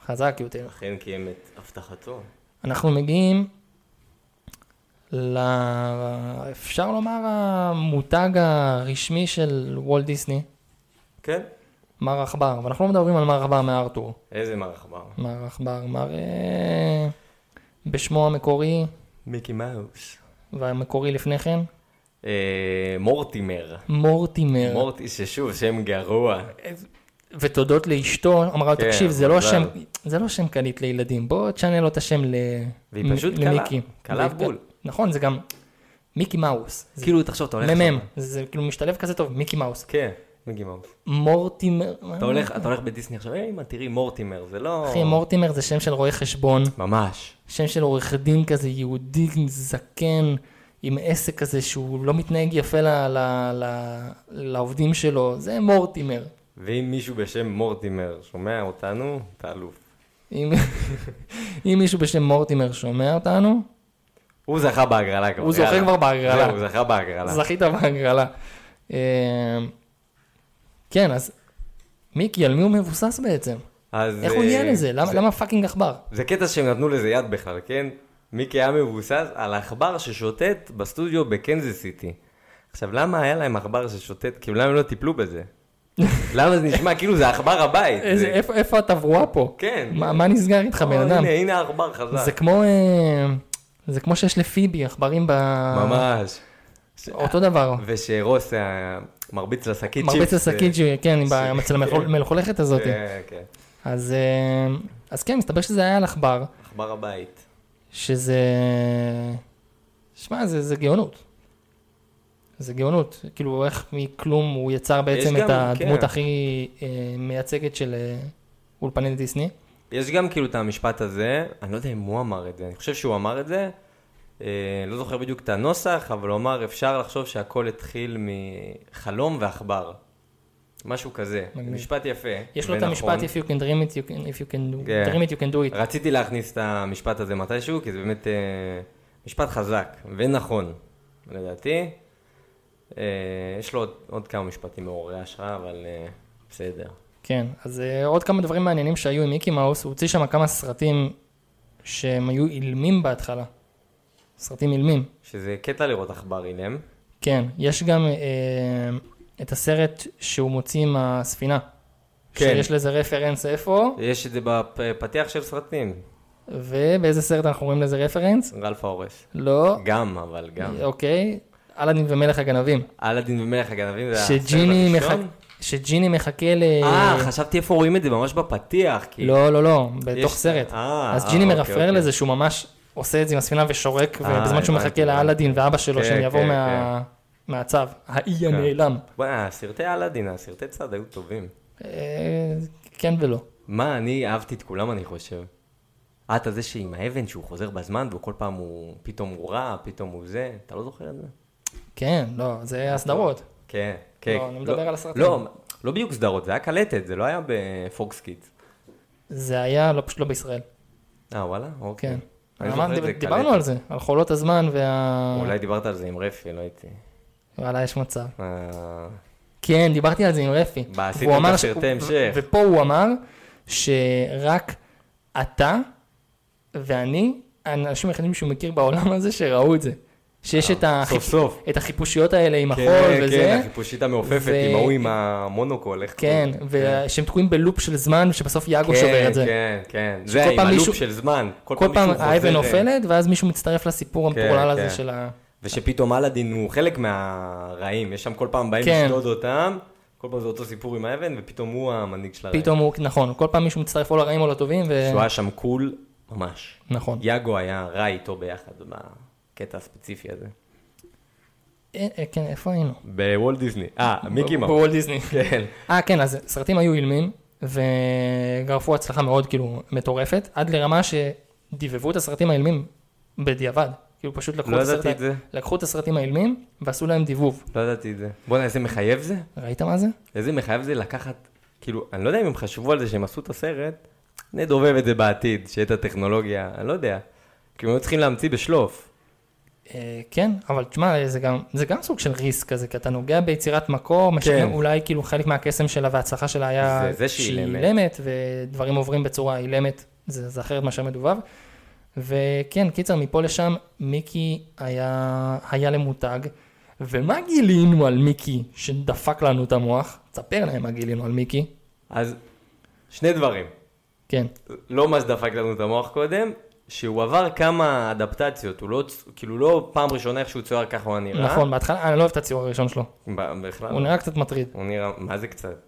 Speaker 2: חזק יותר.
Speaker 3: אכן קיים את הבטחתו.
Speaker 2: אנחנו מגיעים ל... אפשר לומר המותג הרשמי של וולט דיסני,
Speaker 3: כן?
Speaker 2: מר עכבר, ואנחנו לא מדברים על מר עכבר מארתור.
Speaker 3: איזה מר עכבר.
Speaker 2: מר עכבר, מר... אה, בשמו המקורי,
Speaker 3: מיקי מאוס.
Speaker 2: והמקורי לפני כן,
Speaker 3: אה, מורטימר.
Speaker 2: מורטימר. מור...
Speaker 3: מורטי, ששוב, שם גרוע.
Speaker 2: ותודות לאשתו, אמרה לו,
Speaker 3: כן,
Speaker 2: תקשיב, זה לא,
Speaker 3: מזל."
Speaker 2: שם, זה לא שם קליט לילדים, בוא תשנה לו את השם ל...
Speaker 3: והיא פשוט
Speaker 2: מ-
Speaker 3: קלה,
Speaker 2: למיקי.
Speaker 3: קלה
Speaker 2: והיא-
Speaker 3: בול.
Speaker 2: נכון, זה גם מיקי מאוס. זה
Speaker 3: כאילו, תחשוב, אתה הולך...
Speaker 2: מ"מ, זה זה כאילו משתלב כזה טוב, מיקי מאוס.
Speaker 3: כן, מיקי מאוס.
Speaker 2: אה. מורטימר,
Speaker 3: אתה הולך, אתה הולך בדיסני עכשיו, היי, מה, תראי, מורטימר, זה לא...
Speaker 2: אחי, מורטימר זה שם של רואה חשבון,
Speaker 3: ממש.
Speaker 2: שם של עורך דין כזה, יהודי זקן, עם עסק כזה שהוא לא מתנהג יפה ל- ל- ל- לעובדים שלו, זה מורטימר.
Speaker 3: ואם מישהו בשם מורטימר שומע אותנו, אתה אלוף.
Speaker 2: אם אם מישהו בשם מורטימר שומע אותנו,
Speaker 3: הוא זכה בהגרלה כבר.
Speaker 2: הוא זוכה
Speaker 3: יאללה.
Speaker 2: כבר בהגרלה.
Speaker 3: זהו, הוא זכה בהגרלה.
Speaker 2: זכית בהגרלה. אה, כן, אז מיקי, על מי הוא מבוסס בעצם?
Speaker 3: אז...
Speaker 2: איך הוא הגיע
Speaker 3: אה,
Speaker 2: לזה? למה- למה פאקינג עכבר?
Speaker 3: זה קטע שהם נתנו לזה יד בכלל, כן? מיקי היה מבוסס על עכבר ששוטט בסטודיו בקנזס סיטי. עכשיו, למה היה להם עכבר ששוטט? כאילו, למה הם לא טיפלו בזה? למה זה נשמע כאילו זה עכבר הבית?
Speaker 2: איזה-
Speaker 3: זה-
Speaker 2: איפה- איפה התברואה פה?
Speaker 3: כן.
Speaker 2: מה מה נסגר איתך,
Speaker 3: או,
Speaker 2: בן אדם?
Speaker 3: הנה, הנה העכבר חזק.
Speaker 2: זה כמו... אה, זה כמו שיש לפיבי עכברים ב...
Speaker 3: ממש. ש-
Speaker 2: אותו דבר.
Speaker 3: ושרוס אה, מרביץ לשקית צ'יפס.
Speaker 2: מרביץ לשקית,
Speaker 3: זה-
Speaker 2: ש- כן, עם ה- עם הצלם המלוכלכת הזאת.
Speaker 3: כן, כן.
Speaker 2: אז אה, אז כן, מסתבר שזה היה על עכבר,
Speaker 3: עכבר הבית.
Speaker 2: שזה... שמע, זה זה גאונות. זה גאונות. כאילו, איך מכלום הוא יצר בעצם
Speaker 3: יש
Speaker 2: את
Speaker 3: גם-
Speaker 2: הדמות
Speaker 3: כן.
Speaker 2: הכי אה, מייצגת של אה, אולפני דיסני.
Speaker 3: יש גם כאילו את המשפט הזה, אני לא יודע אם הוא אמר את זה, אני חושב שהוא אמר את זה, אה, לא זוכר בדיוק את הנוסח, אבל הוא אמר, אפשר לחשוב שהכל התחיל מחלום ועכבר. משהו כזה.
Speaker 2: מגניב.
Speaker 3: משפט יפה.
Speaker 2: יש לו את
Speaker 3: ונכון.
Speaker 2: המשפט If you can dream it, you can- if you can do-
Speaker 3: כן.
Speaker 2: dream it, you can do it.
Speaker 3: רציתי להכניס את המשפט הזה מתישהו, כי זה באמת אה, משפט חזק ונכון, לדעתי. אה, יש לו עוד, עוד כמה משפטים מעוררי השראה, אבל אה, בסדר.
Speaker 2: כן, אז uh, עוד כמה דברים מעניינים שהיו עם מיקי מאוס, הוא הוציא שם כמה סרטים שהם היו אילמים בהתחלה. סרטים אילמים,
Speaker 3: שזה קטע לראות עכבר אילם.
Speaker 2: כן. יש גם uh, את הסרט שהוא מוציא עם הספינה.
Speaker 3: כן.
Speaker 2: שיש לזה רפרנס איפה,
Speaker 3: יש את זה בפתיח של סרטים,
Speaker 2: ובאיזה סרט אנחנו רואים לזה רפרנס?
Speaker 3: רלף ההורס.
Speaker 2: לא.
Speaker 3: גם, אבל גם.
Speaker 2: אוקיי. אלאדין ומלך הגנבים.
Speaker 3: אלאדין ומלך הגנבים זה הסרט
Speaker 2: שג'יני
Speaker 3: הראשון?
Speaker 2: מחכה- שג'יני מחכה ל...
Speaker 3: אה, חשבתי איפה רואים את זה, ממש בפתיח. כי-
Speaker 2: לא, לא, לא, בתוך
Speaker 3: יש-
Speaker 2: סרט.
Speaker 3: אה,
Speaker 2: אז
Speaker 3: אה,
Speaker 2: ג'יני
Speaker 3: אוקיי,
Speaker 2: מרפרר
Speaker 3: אוקיי.
Speaker 2: לזה שהוא ממש עושה את זה עם הספינה ושורק,
Speaker 3: אה,
Speaker 2: ובזמן שהוא
Speaker 3: הבנתי,
Speaker 2: מחכה לאלאדין ואבא שלו
Speaker 3: כן,
Speaker 2: שהם יבואו
Speaker 3: כן,
Speaker 2: מה- מהצו, האי הנעלם.
Speaker 3: וואי, סרטי אלאדין, הסרטי צד היו טובים.
Speaker 2: אה, כן ולא.
Speaker 3: מה, אני אהבתי את כולם, אני חושב. אה, אתה זה שעם האבן שהוא חוזר בזמן, וכל פעם הוא, פתאום הוא רע, פתאום הוא זה, אתה לא זוכר את זה?
Speaker 2: כן, לא, זה הסדרות.
Speaker 3: כן, כן.
Speaker 2: לא, אני מדבר על הסרטים.
Speaker 3: לא, לא בדיוק סדרות, זה היה קלטת, זה לא היה בפוקס קיט.
Speaker 2: זה היה לא- פשוט לא בישראל.
Speaker 3: אה, וואלה? אוקיי.
Speaker 2: כן.
Speaker 3: אני
Speaker 2: אמרנו,
Speaker 3: זוכר את זה,
Speaker 2: דיברנו
Speaker 3: קלטת.
Speaker 2: על זה, על חולות הזמן וה...
Speaker 3: אולי דיברת על זה עם רפי, לא הייתי.
Speaker 2: וואלה, יש מצב.
Speaker 3: אה,
Speaker 2: כן, דיברתי על זה עם רפי.
Speaker 3: מה, עשיתם
Speaker 2: והוא
Speaker 3: את
Speaker 2: אמר
Speaker 3: הסרטי
Speaker 2: ש-
Speaker 3: המשך.
Speaker 2: ו- ופה הוא אמר שרק אתה ואני, האנשים היחידים שהוא מכיר בעולם הזה שראו את זה. שיש את, החיפ...
Speaker 3: אה, סוף סוף.
Speaker 2: את החיפושיות האלה עם החול וזה.
Speaker 3: כן, החיפושית המעופפת
Speaker 2: ו-
Speaker 3: עם ההוא עם המונוקול, איך
Speaker 2: כן,
Speaker 3: קוראים?
Speaker 2: ושהם תקועים בלופ של זמן, שבסוף יאגו שובר
Speaker 3: כן,
Speaker 2: את זה.
Speaker 3: כן, כן.
Speaker 2: שכל
Speaker 3: זה עם
Speaker 2: פעם מישהו-
Speaker 3: הלופ של זמן.
Speaker 2: כל פעם
Speaker 3: מישהו
Speaker 2: האבן
Speaker 3: חוזר,
Speaker 2: נופלת, ואז מישהו מצטרף לסיפור
Speaker 3: כן,
Speaker 2: המטורלל
Speaker 3: כן.
Speaker 2: הזה של ה...
Speaker 3: ושפתאום אלאדין הוא חלק מהרעים, יש שם כל פעם באים
Speaker 2: כן.
Speaker 3: לשדוד אותם, כל פעם זה אותו סיפור עם האבן, ופתאום הוא המנהיג של הרעים.
Speaker 2: פתאום הוא, נכון, כל פעם מישהו מצטרף או לרעים או לטובים, ו...
Speaker 3: אה, שהוא היה שם קול, ממש.
Speaker 2: נכון.
Speaker 3: יאגו היה רע איתו ביחד בקטע הספציפי הזה.
Speaker 2: אה, אה, כן, איפה היינו?
Speaker 3: בוולט דיסני. אה, מיקי מאוס.
Speaker 2: בוולט דיסני.
Speaker 3: כן.
Speaker 2: אה, כן, אז סרטים היו אילמים, וגרפו הצלחה מאוד כאילו מטורפת, עד לרמה שדיבבו את הסרטים האילמים בדיעבד. כאילו פשוט לקחו,
Speaker 3: לא
Speaker 2: את,
Speaker 3: ידעתי את זה.
Speaker 2: לקחו את הסרטים האילמים ועשו להם דיבוב.
Speaker 3: לא ידעתי את זה. בואנה, איזה מחייב זה?
Speaker 2: ראית מה זה?
Speaker 3: איזה מחייב זה לקחת, כאילו, אני לא יודע אם הם חשבו על זה שהם עשו את הסרט, נדובב את זה בעתיד, שיהיה את הטכנולוגיה, אני לא יודע. כי הם היו צריכים להמציא בשלוף.
Speaker 2: אה, כן, אבל תשמע, זה גם, זה גם סוג של ריסק כזה, כי אתה נוגע ביצירת מקור, כן.
Speaker 3: כן.
Speaker 2: אולי כאילו חלק מהקסם שלה וההצלחה שלה היה
Speaker 3: זה- זה שהיא אילמת.
Speaker 2: אילמת, ודברים עוברים בצורה אילמת, זה, זה אחרת מאשר מדובב. וכן, קיצר, מפה לשם, מיקי היה, היה למותג, ומה גילינו על מיקי שדפק לנו את המוח? תספר להם מה גילינו על מיקי.
Speaker 3: אז שני דברים.
Speaker 2: כן,
Speaker 3: לא מה שדפק לנו את המוח קודם, שהוא עבר כמה אדפטציות, הוא לא, צ- כאילו לא פעם ראשונה איך שהוא צוער ככה הוא היה נראה. אה.
Speaker 2: נכון, בהתחלה, אני לא אוהב את הציור הראשון שלו,
Speaker 3: ב- בכלל. לא.
Speaker 2: הוא נראה קצת מטריד.
Speaker 3: הוא נראה, מה זה קצת?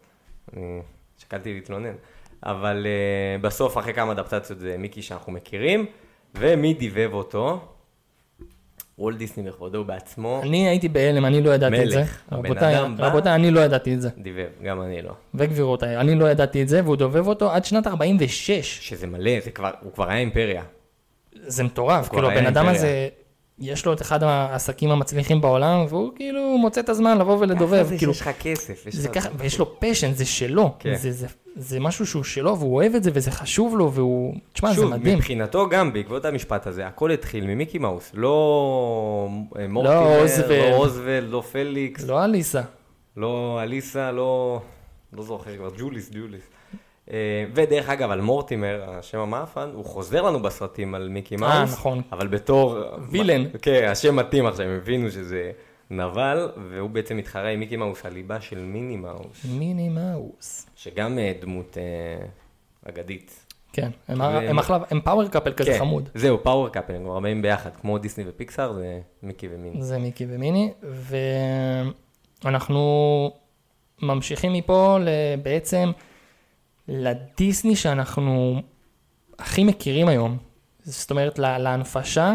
Speaker 3: אני שקלתי להתלונן. אבל uh, בסוף, אחרי כמה אדפטציות, זה מיקי שאנחנו מכירים, ומי דיבב אותו? וולט דיסני בכבודו ובעצמו
Speaker 2: אני הייתי בהלם, אני לא ידעתי את זה.
Speaker 3: מלך. הבן
Speaker 2: רבותיי,
Speaker 3: אדם בא-
Speaker 2: רבותיי, אני לא ידעתי את זה.
Speaker 3: דיבב, גם אני לא.
Speaker 2: וגבירותיי, אני לא ידעתי את זה, והוא דובב אותו עד שנת 46.
Speaker 3: שזה מלא, זה כבר, הוא כבר היה אימפריה.
Speaker 2: זה מטורף,
Speaker 3: כבר
Speaker 2: כאילו
Speaker 3: היה
Speaker 2: הבן אדם
Speaker 3: אימפריה.
Speaker 2: הזה, יש לו את אחד העסקים המצליחים בעולם, והוא כאילו מוצא את הזמן לבוא ולדובב,
Speaker 3: ככה זה
Speaker 2: כאילו,
Speaker 3: שיש לך כסף. יש
Speaker 2: זה
Speaker 3: לך-
Speaker 2: ככה, ויש לו פשן, זה שלו,
Speaker 3: כן.
Speaker 2: זה- זה- זה משהו שהוא שלו, והוא אוהב את זה, וזה חשוב לו, והוא, תשמע, זה
Speaker 3: שוב,
Speaker 2: מדהים.
Speaker 3: מבחינתו גם, בעקבות המשפט הזה, הכל התחיל ממיקי מאוס, לא אה, מורטימר,
Speaker 2: אוזוולד.
Speaker 3: לא אוזוולד, לא פליקס,
Speaker 2: לא אליסה,
Speaker 3: לא אליסה, לא... לא זוכר כבר, ג'וליס, ג'וליס. אה, ודרך אגב, על מורטימר, השם המאפן, הוא חוזר לנו בסרטים על מיקי מאוס.
Speaker 2: אה, נכון.
Speaker 3: אבל בתור...
Speaker 2: וילן.
Speaker 3: כן, השם מתאים עכשיו, הם הבינו שזה נבל, והוא בעצם מתחרה עם מיקי מאוס, הליבה של מיני מאוס,
Speaker 2: מיני מאוס.
Speaker 3: שגם אה, דמות אה, אגדית.
Speaker 2: כן, הם
Speaker 3: ו-
Speaker 2: הם אחלה, הם פאוור קאפל כזה
Speaker 3: כן,
Speaker 2: חמוד.
Speaker 3: זהו, פאוור קאפל, הם כבר באים ביחד, כמו דיסני ופיקסאר, זה מיקי ומיני.
Speaker 2: זה מיקי ומיני, ואנחנו ממשיכים מפה ל- בעצם לדיסני שאנחנו הכי מכירים היום. זאת אומרת, לה- להנפשה,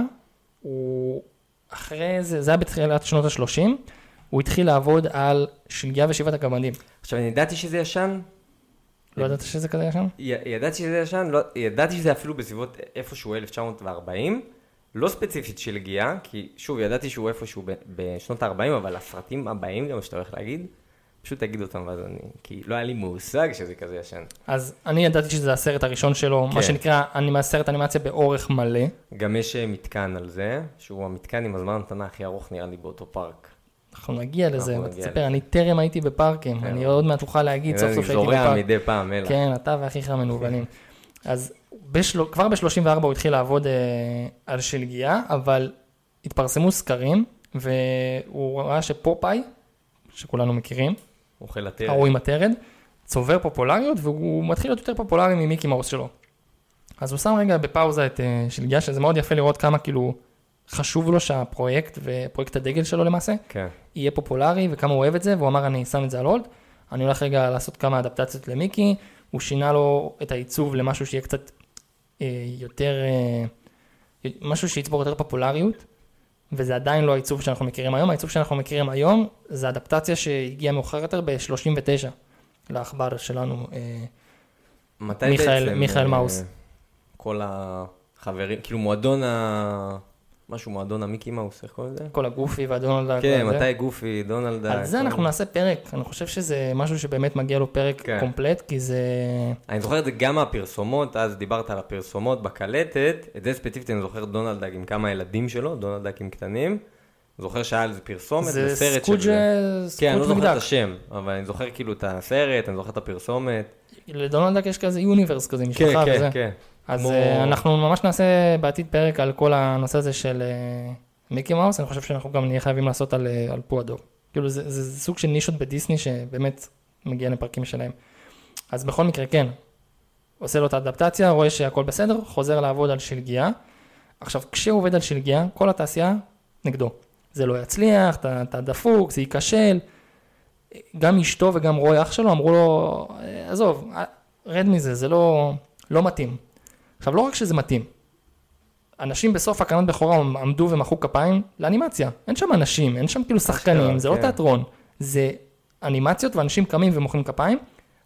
Speaker 2: הוא אחרי זה, זה היה בתחילת שנות ה-30, הוא התחיל לעבוד על שלגיה ושבעת הגמדים.
Speaker 3: עכשיו, אני ידעתי שזה ישן,
Speaker 2: לא ידעת שזה כזה ישן?
Speaker 3: י- ידעתי שזה ישן, לא, ידעתי שזה אפילו בסביבות איפשהו 1940, לא ספציפית של גיאה, כי שוב, ידעתי שהוא איפשהו ב- בשנות ה-40, אבל הסרטים הבאים גם שאתה הולך להגיד, פשוט תגיד אותם ואז אני, כי לא היה לי מושג שזה כזה ישן.
Speaker 2: אז אני ידעתי שזה הסרט הראשון שלו,
Speaker 3: כן.
Speaker 2: מה שנקרא, אני מהסרט אנימציה באורך מלא.
Speaker 3: גם יש אה, מתקן על זה, שהוא המתקן עם הזמן המתנה הכי ארוך נראה לי באותו פארק.
Speaker 2: אנחנו נגיע לזה,
Speaker 3: אנחנו נגיע
Speaker 2: ותספר,
Speaker 3: לזה.
Speaker 2: אני טרם הייתי בפארקים,
Speaker 3: כן.
Speaker 2: אני עוד מעט אוכל להגיד סוף
Speaker 3: אני
Speaker 2: סוף שהייתי
Speaker 3: זורע
Speaker 2: בפארק.
Speaker 3: מדי פעם, אלא.
Speaker 2: כן, אתה ואחיך המנוולים. אז בשל... כבר ב-34 הוא התחיל לעבוד אה, על שלגיה, אבל התפרסמו סקרים, והוא ראה שפופאי, שכולנו מכירים,
Speaker 3: אוכל הטרף.
Speaker 2: ההוא עם הטרד, צובר פופולריות, והוא מתחיל להיות יותר פופולרי ממיקי מאוס שלו. אז הוא שם רגע בפאוזה את אה, שלגיה, שזה מאוד יפה לראות כמה כאילו חשוב לו שהפרויקט, ופרויקט הדגל שלו למעשה,
Speaker 3: כן.
Speaker 2: יהיה פופולרי וכמה הוא אוהב את זה, והוא אמר אני שם את זה על הולד, אני הולך רגע לעשות כמה אדפטציות למיקי, הוא שינה לו את העיצוב למשהו שיהיה קצת אה, יותר, אה, משהו שיצבור יותר פופולריות, וזה עדיין לא העיצוב שאנחנו מכירים היום, העיצוב שאנחנו מכירים היום זה אדפטציה שהגיעה מאוחר יותר ב-39 לעכבר שלנו, אה,
Speaker 3: מתי
Speaker 2: מיכאל-
Speaker 3: בעצם,
Speaker 2: מיכאל
Speaker 3: אה,
Speaker 2: מאוס.
Speaker 3: כל החברים, כאילו מועדון ה... משהו מועדון המיקי מאוס, איך קוראים לזה?
Speaker 2: כל הגופי והדונלד,
Speaker 3: כן,
Speaker 2: והזה.
Speaker 3: מתי גופי, דונלד...
Speaker 2: על זה
Speaker 3: כל-
Speaker 2: אנחנו נעשה פרק, אני חושב שזה משהו שבאמת מגיע לו פרק
Speaker 3: כן.
Speaker 2: קומפלט, כי זה...
Speaker 3: אני זוכר את זה גם מהפרסומות, אז דיברת על הפרסומות בקלטת, את זה ספציפית אני זוכר דונלד דאק עם כמה ילדים שלו, דונלד דאק עם קטנים. זוכר שהיה על זה פרסומת,
Speaker 2: זה
Speaker 3: בסרט של
Speaker 2: סקוג'
Speaker 3: זה. כן, אני לא
Speaker 2: סקוג'
Speaker 3: זוכר את
Speaker 2: מגדק.
Speaker 3: השם, אבל אני זוכר כאילו את הסרט, אני זוכר את הפרסומת.
Speaker 2: לדונלד דק יש כזה יוניברס כזה,
Speaker 3: כן,
Speaker 2: משפחה וזה.
Speaker 3: כן, כן.
Speaker 2: אז
Speaker 3: כמו-
Speaker 2: אה, אנחנו ממש נעשה בעתיד פרק על כל הנושא הזה של אה, מיקי מאוס, אני חושב שאנחנו גם נהיה חייבים לעשות על, אה, על פועדו. כאילו זה, זה, זה סוג של נישות בדיסני שבאמת מגיע לפרקים שלהם. אז בכל מקרה, כן, עושה לו את האדפטציה, רואה שהכל בסדר, חוזר לעבוד על שלגיה. עכשיו, כשהוא עובד על שלגיה, כל התעשייה נגדו. זה לא יצליח, אתה, אתה דפוק, זה ייכשל. גם אשתו וגם רוי אח שלו אמרו לו, "אה, עזוב, אה, רד מזה, זה לא, לא מתאים. עכשיו, לא רק שזה מתאים, אנשים בסוף הקרנות בכורה עמדו ומחאו כפיים לאנימציה. אין שם אנשים, אין שם כאילו שחקנים, זה לא
Speaker 3: כן.
Speaker 2: תיאטרון. זה אנימציות ואנשים קמים ומוחאים כפיים.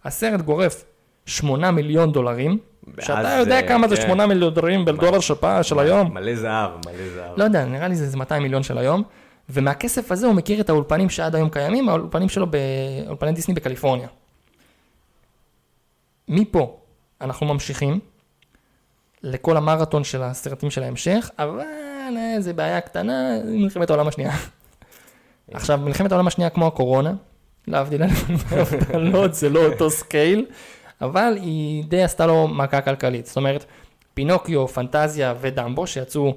Speaker 2: הסרט גורף 8 מיליון דולרים, שאתה
Speaker 3: ואז,
Speaker 2: יודע
Speaker 3: אה,
Speaker 2: כמה זה
Speaker 3: כן.
Speaker 2: 8 מיליון דולרים בדולר של פעם- של היום.
Speaker 3: מלא זהב, מלא זהב.
Speaker 2: לא יודע, נראה לי זה זה 200 מיליון של היום. ומהכסף הזה הוא מכיר את האולפנים שעד היום קיימים, האולפנים שלו באולפני דיסני בקליפורניה. מפה אנחנו ממשיכים לכל המרתון של הסרטים של ההמשך, אבל אה, זה בעיה קטנה, זה מלחמת העולם השנייה. עכשיו, מלחמת העולם השנייה כמו הקורונה, להבדיל אלף הבדלות, זה לא אותו סקייל, אבל היא די עשתה לו מכה כלכלית. זאת אומרת, פינוקיו, פנטזיה ודמבו שיצאו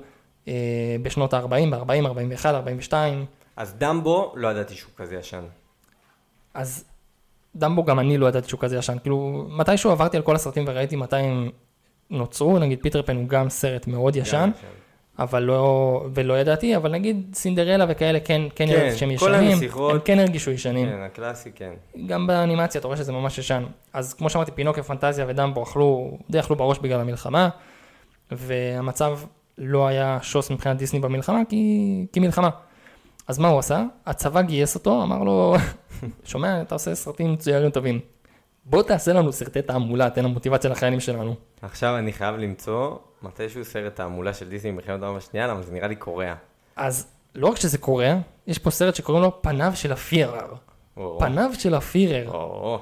Speaker 2: אה, בשנות ה-40, ב-40, 41, 42,
Speaker 3: אז דמבו, לא ידעתי שהוא כזה ישן.
Speaker 2: אז דמבו גם אני לא ידעתי שהוא כזה ישן, כאילו מתישהו עברתי על כל הסרטים וראיתי מתי הם נוצרו, נגיד פיטר פן הוא גם סרט מאוד ישן,
Speaker 3: גם ישן.
Speaker 2: אבל לא, ולא ידעתי, אבל נגיד סינדרלה וכאלה כן, כן,
Speaker 3: כן,
Speaker 2: ידעתי שהם
Speaker 3: כל
Speaker 2: ישנים,
Speaker 3: הנסיכות.
Speaker 2: הם כן הרגישו ישנים,
Speaker 3: כן, הקלאסי, כן.
Speaker 2: גם באנימציה אתה רואה שזה ממש ישן, אז כמו שאמרתי פינוקיה, פנטזיה ודמבו אכלו, די אכלו בראש בגלל המלחמה, והמצב לא היה שוס מבחינת דיסני במלחמה, כי, כי מלחמה. אז מה הוא עשה? הצבא גייס אותו, אמר לו, שומע, אתה עושה סרטים מצוירים טובים. בוא תעשה לנו סרטי תעמולה, תן המוטיבציה לחיילים שלנו.
Speaker 3: עכשיו אני חייב למצוא מתישהו סרט תעמולה של דיסני במלחמת העולם השנייה, למה זה נראה לי קוריאה.
Speaker 2: אז לא רק שזה קורה, יש פה סרט שקוראים לו פניו של הפירר.
Speaker 3: או,
Speaker 2: פניו של הפירר.
Speaker 3: או, או.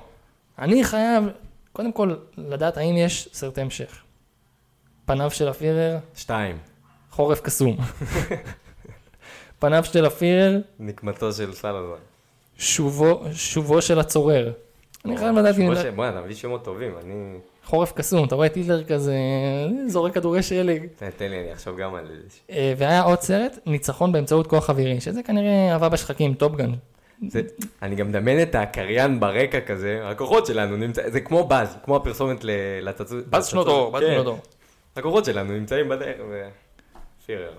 Speaker 2: אני חייב, קודם כל, לדעת האם יש סרטי המשך. פניו של הפירר,
Speaker 3: שתיים.
Speaker 2: חורף קסום. פניו של הפירר,
Speaker 3: נקמתו של סלאזון.
Speaker 2: שובו, שובו של הצורר. אני לא חייב לדעת אם...
Speaker 3: ש... בוא'נה, אתה מביא שמות טובים, אני...
Speaker 2: חורף קסום, אתה רואה את היטלר כזה, זורק כדורי שלג.
Speaker 3: תן, תן לי, אני אחשוב גם על איזה...
Speaker 2: אה, והיה עוד סרט, ניצחון באמצעות כוח אווירי, שזה כנראה אהבה בשחקים, טופגן.
Speaker 3: זה, אני גם מדמיין את הקריין ברקע כזה, הכוחות שלנו נמצאים, זה כמו באז, כמו הפרסומת ל- לצצות. לצצות. כן. הכוחות שלנו נמצאים בדרך, ו... פירר,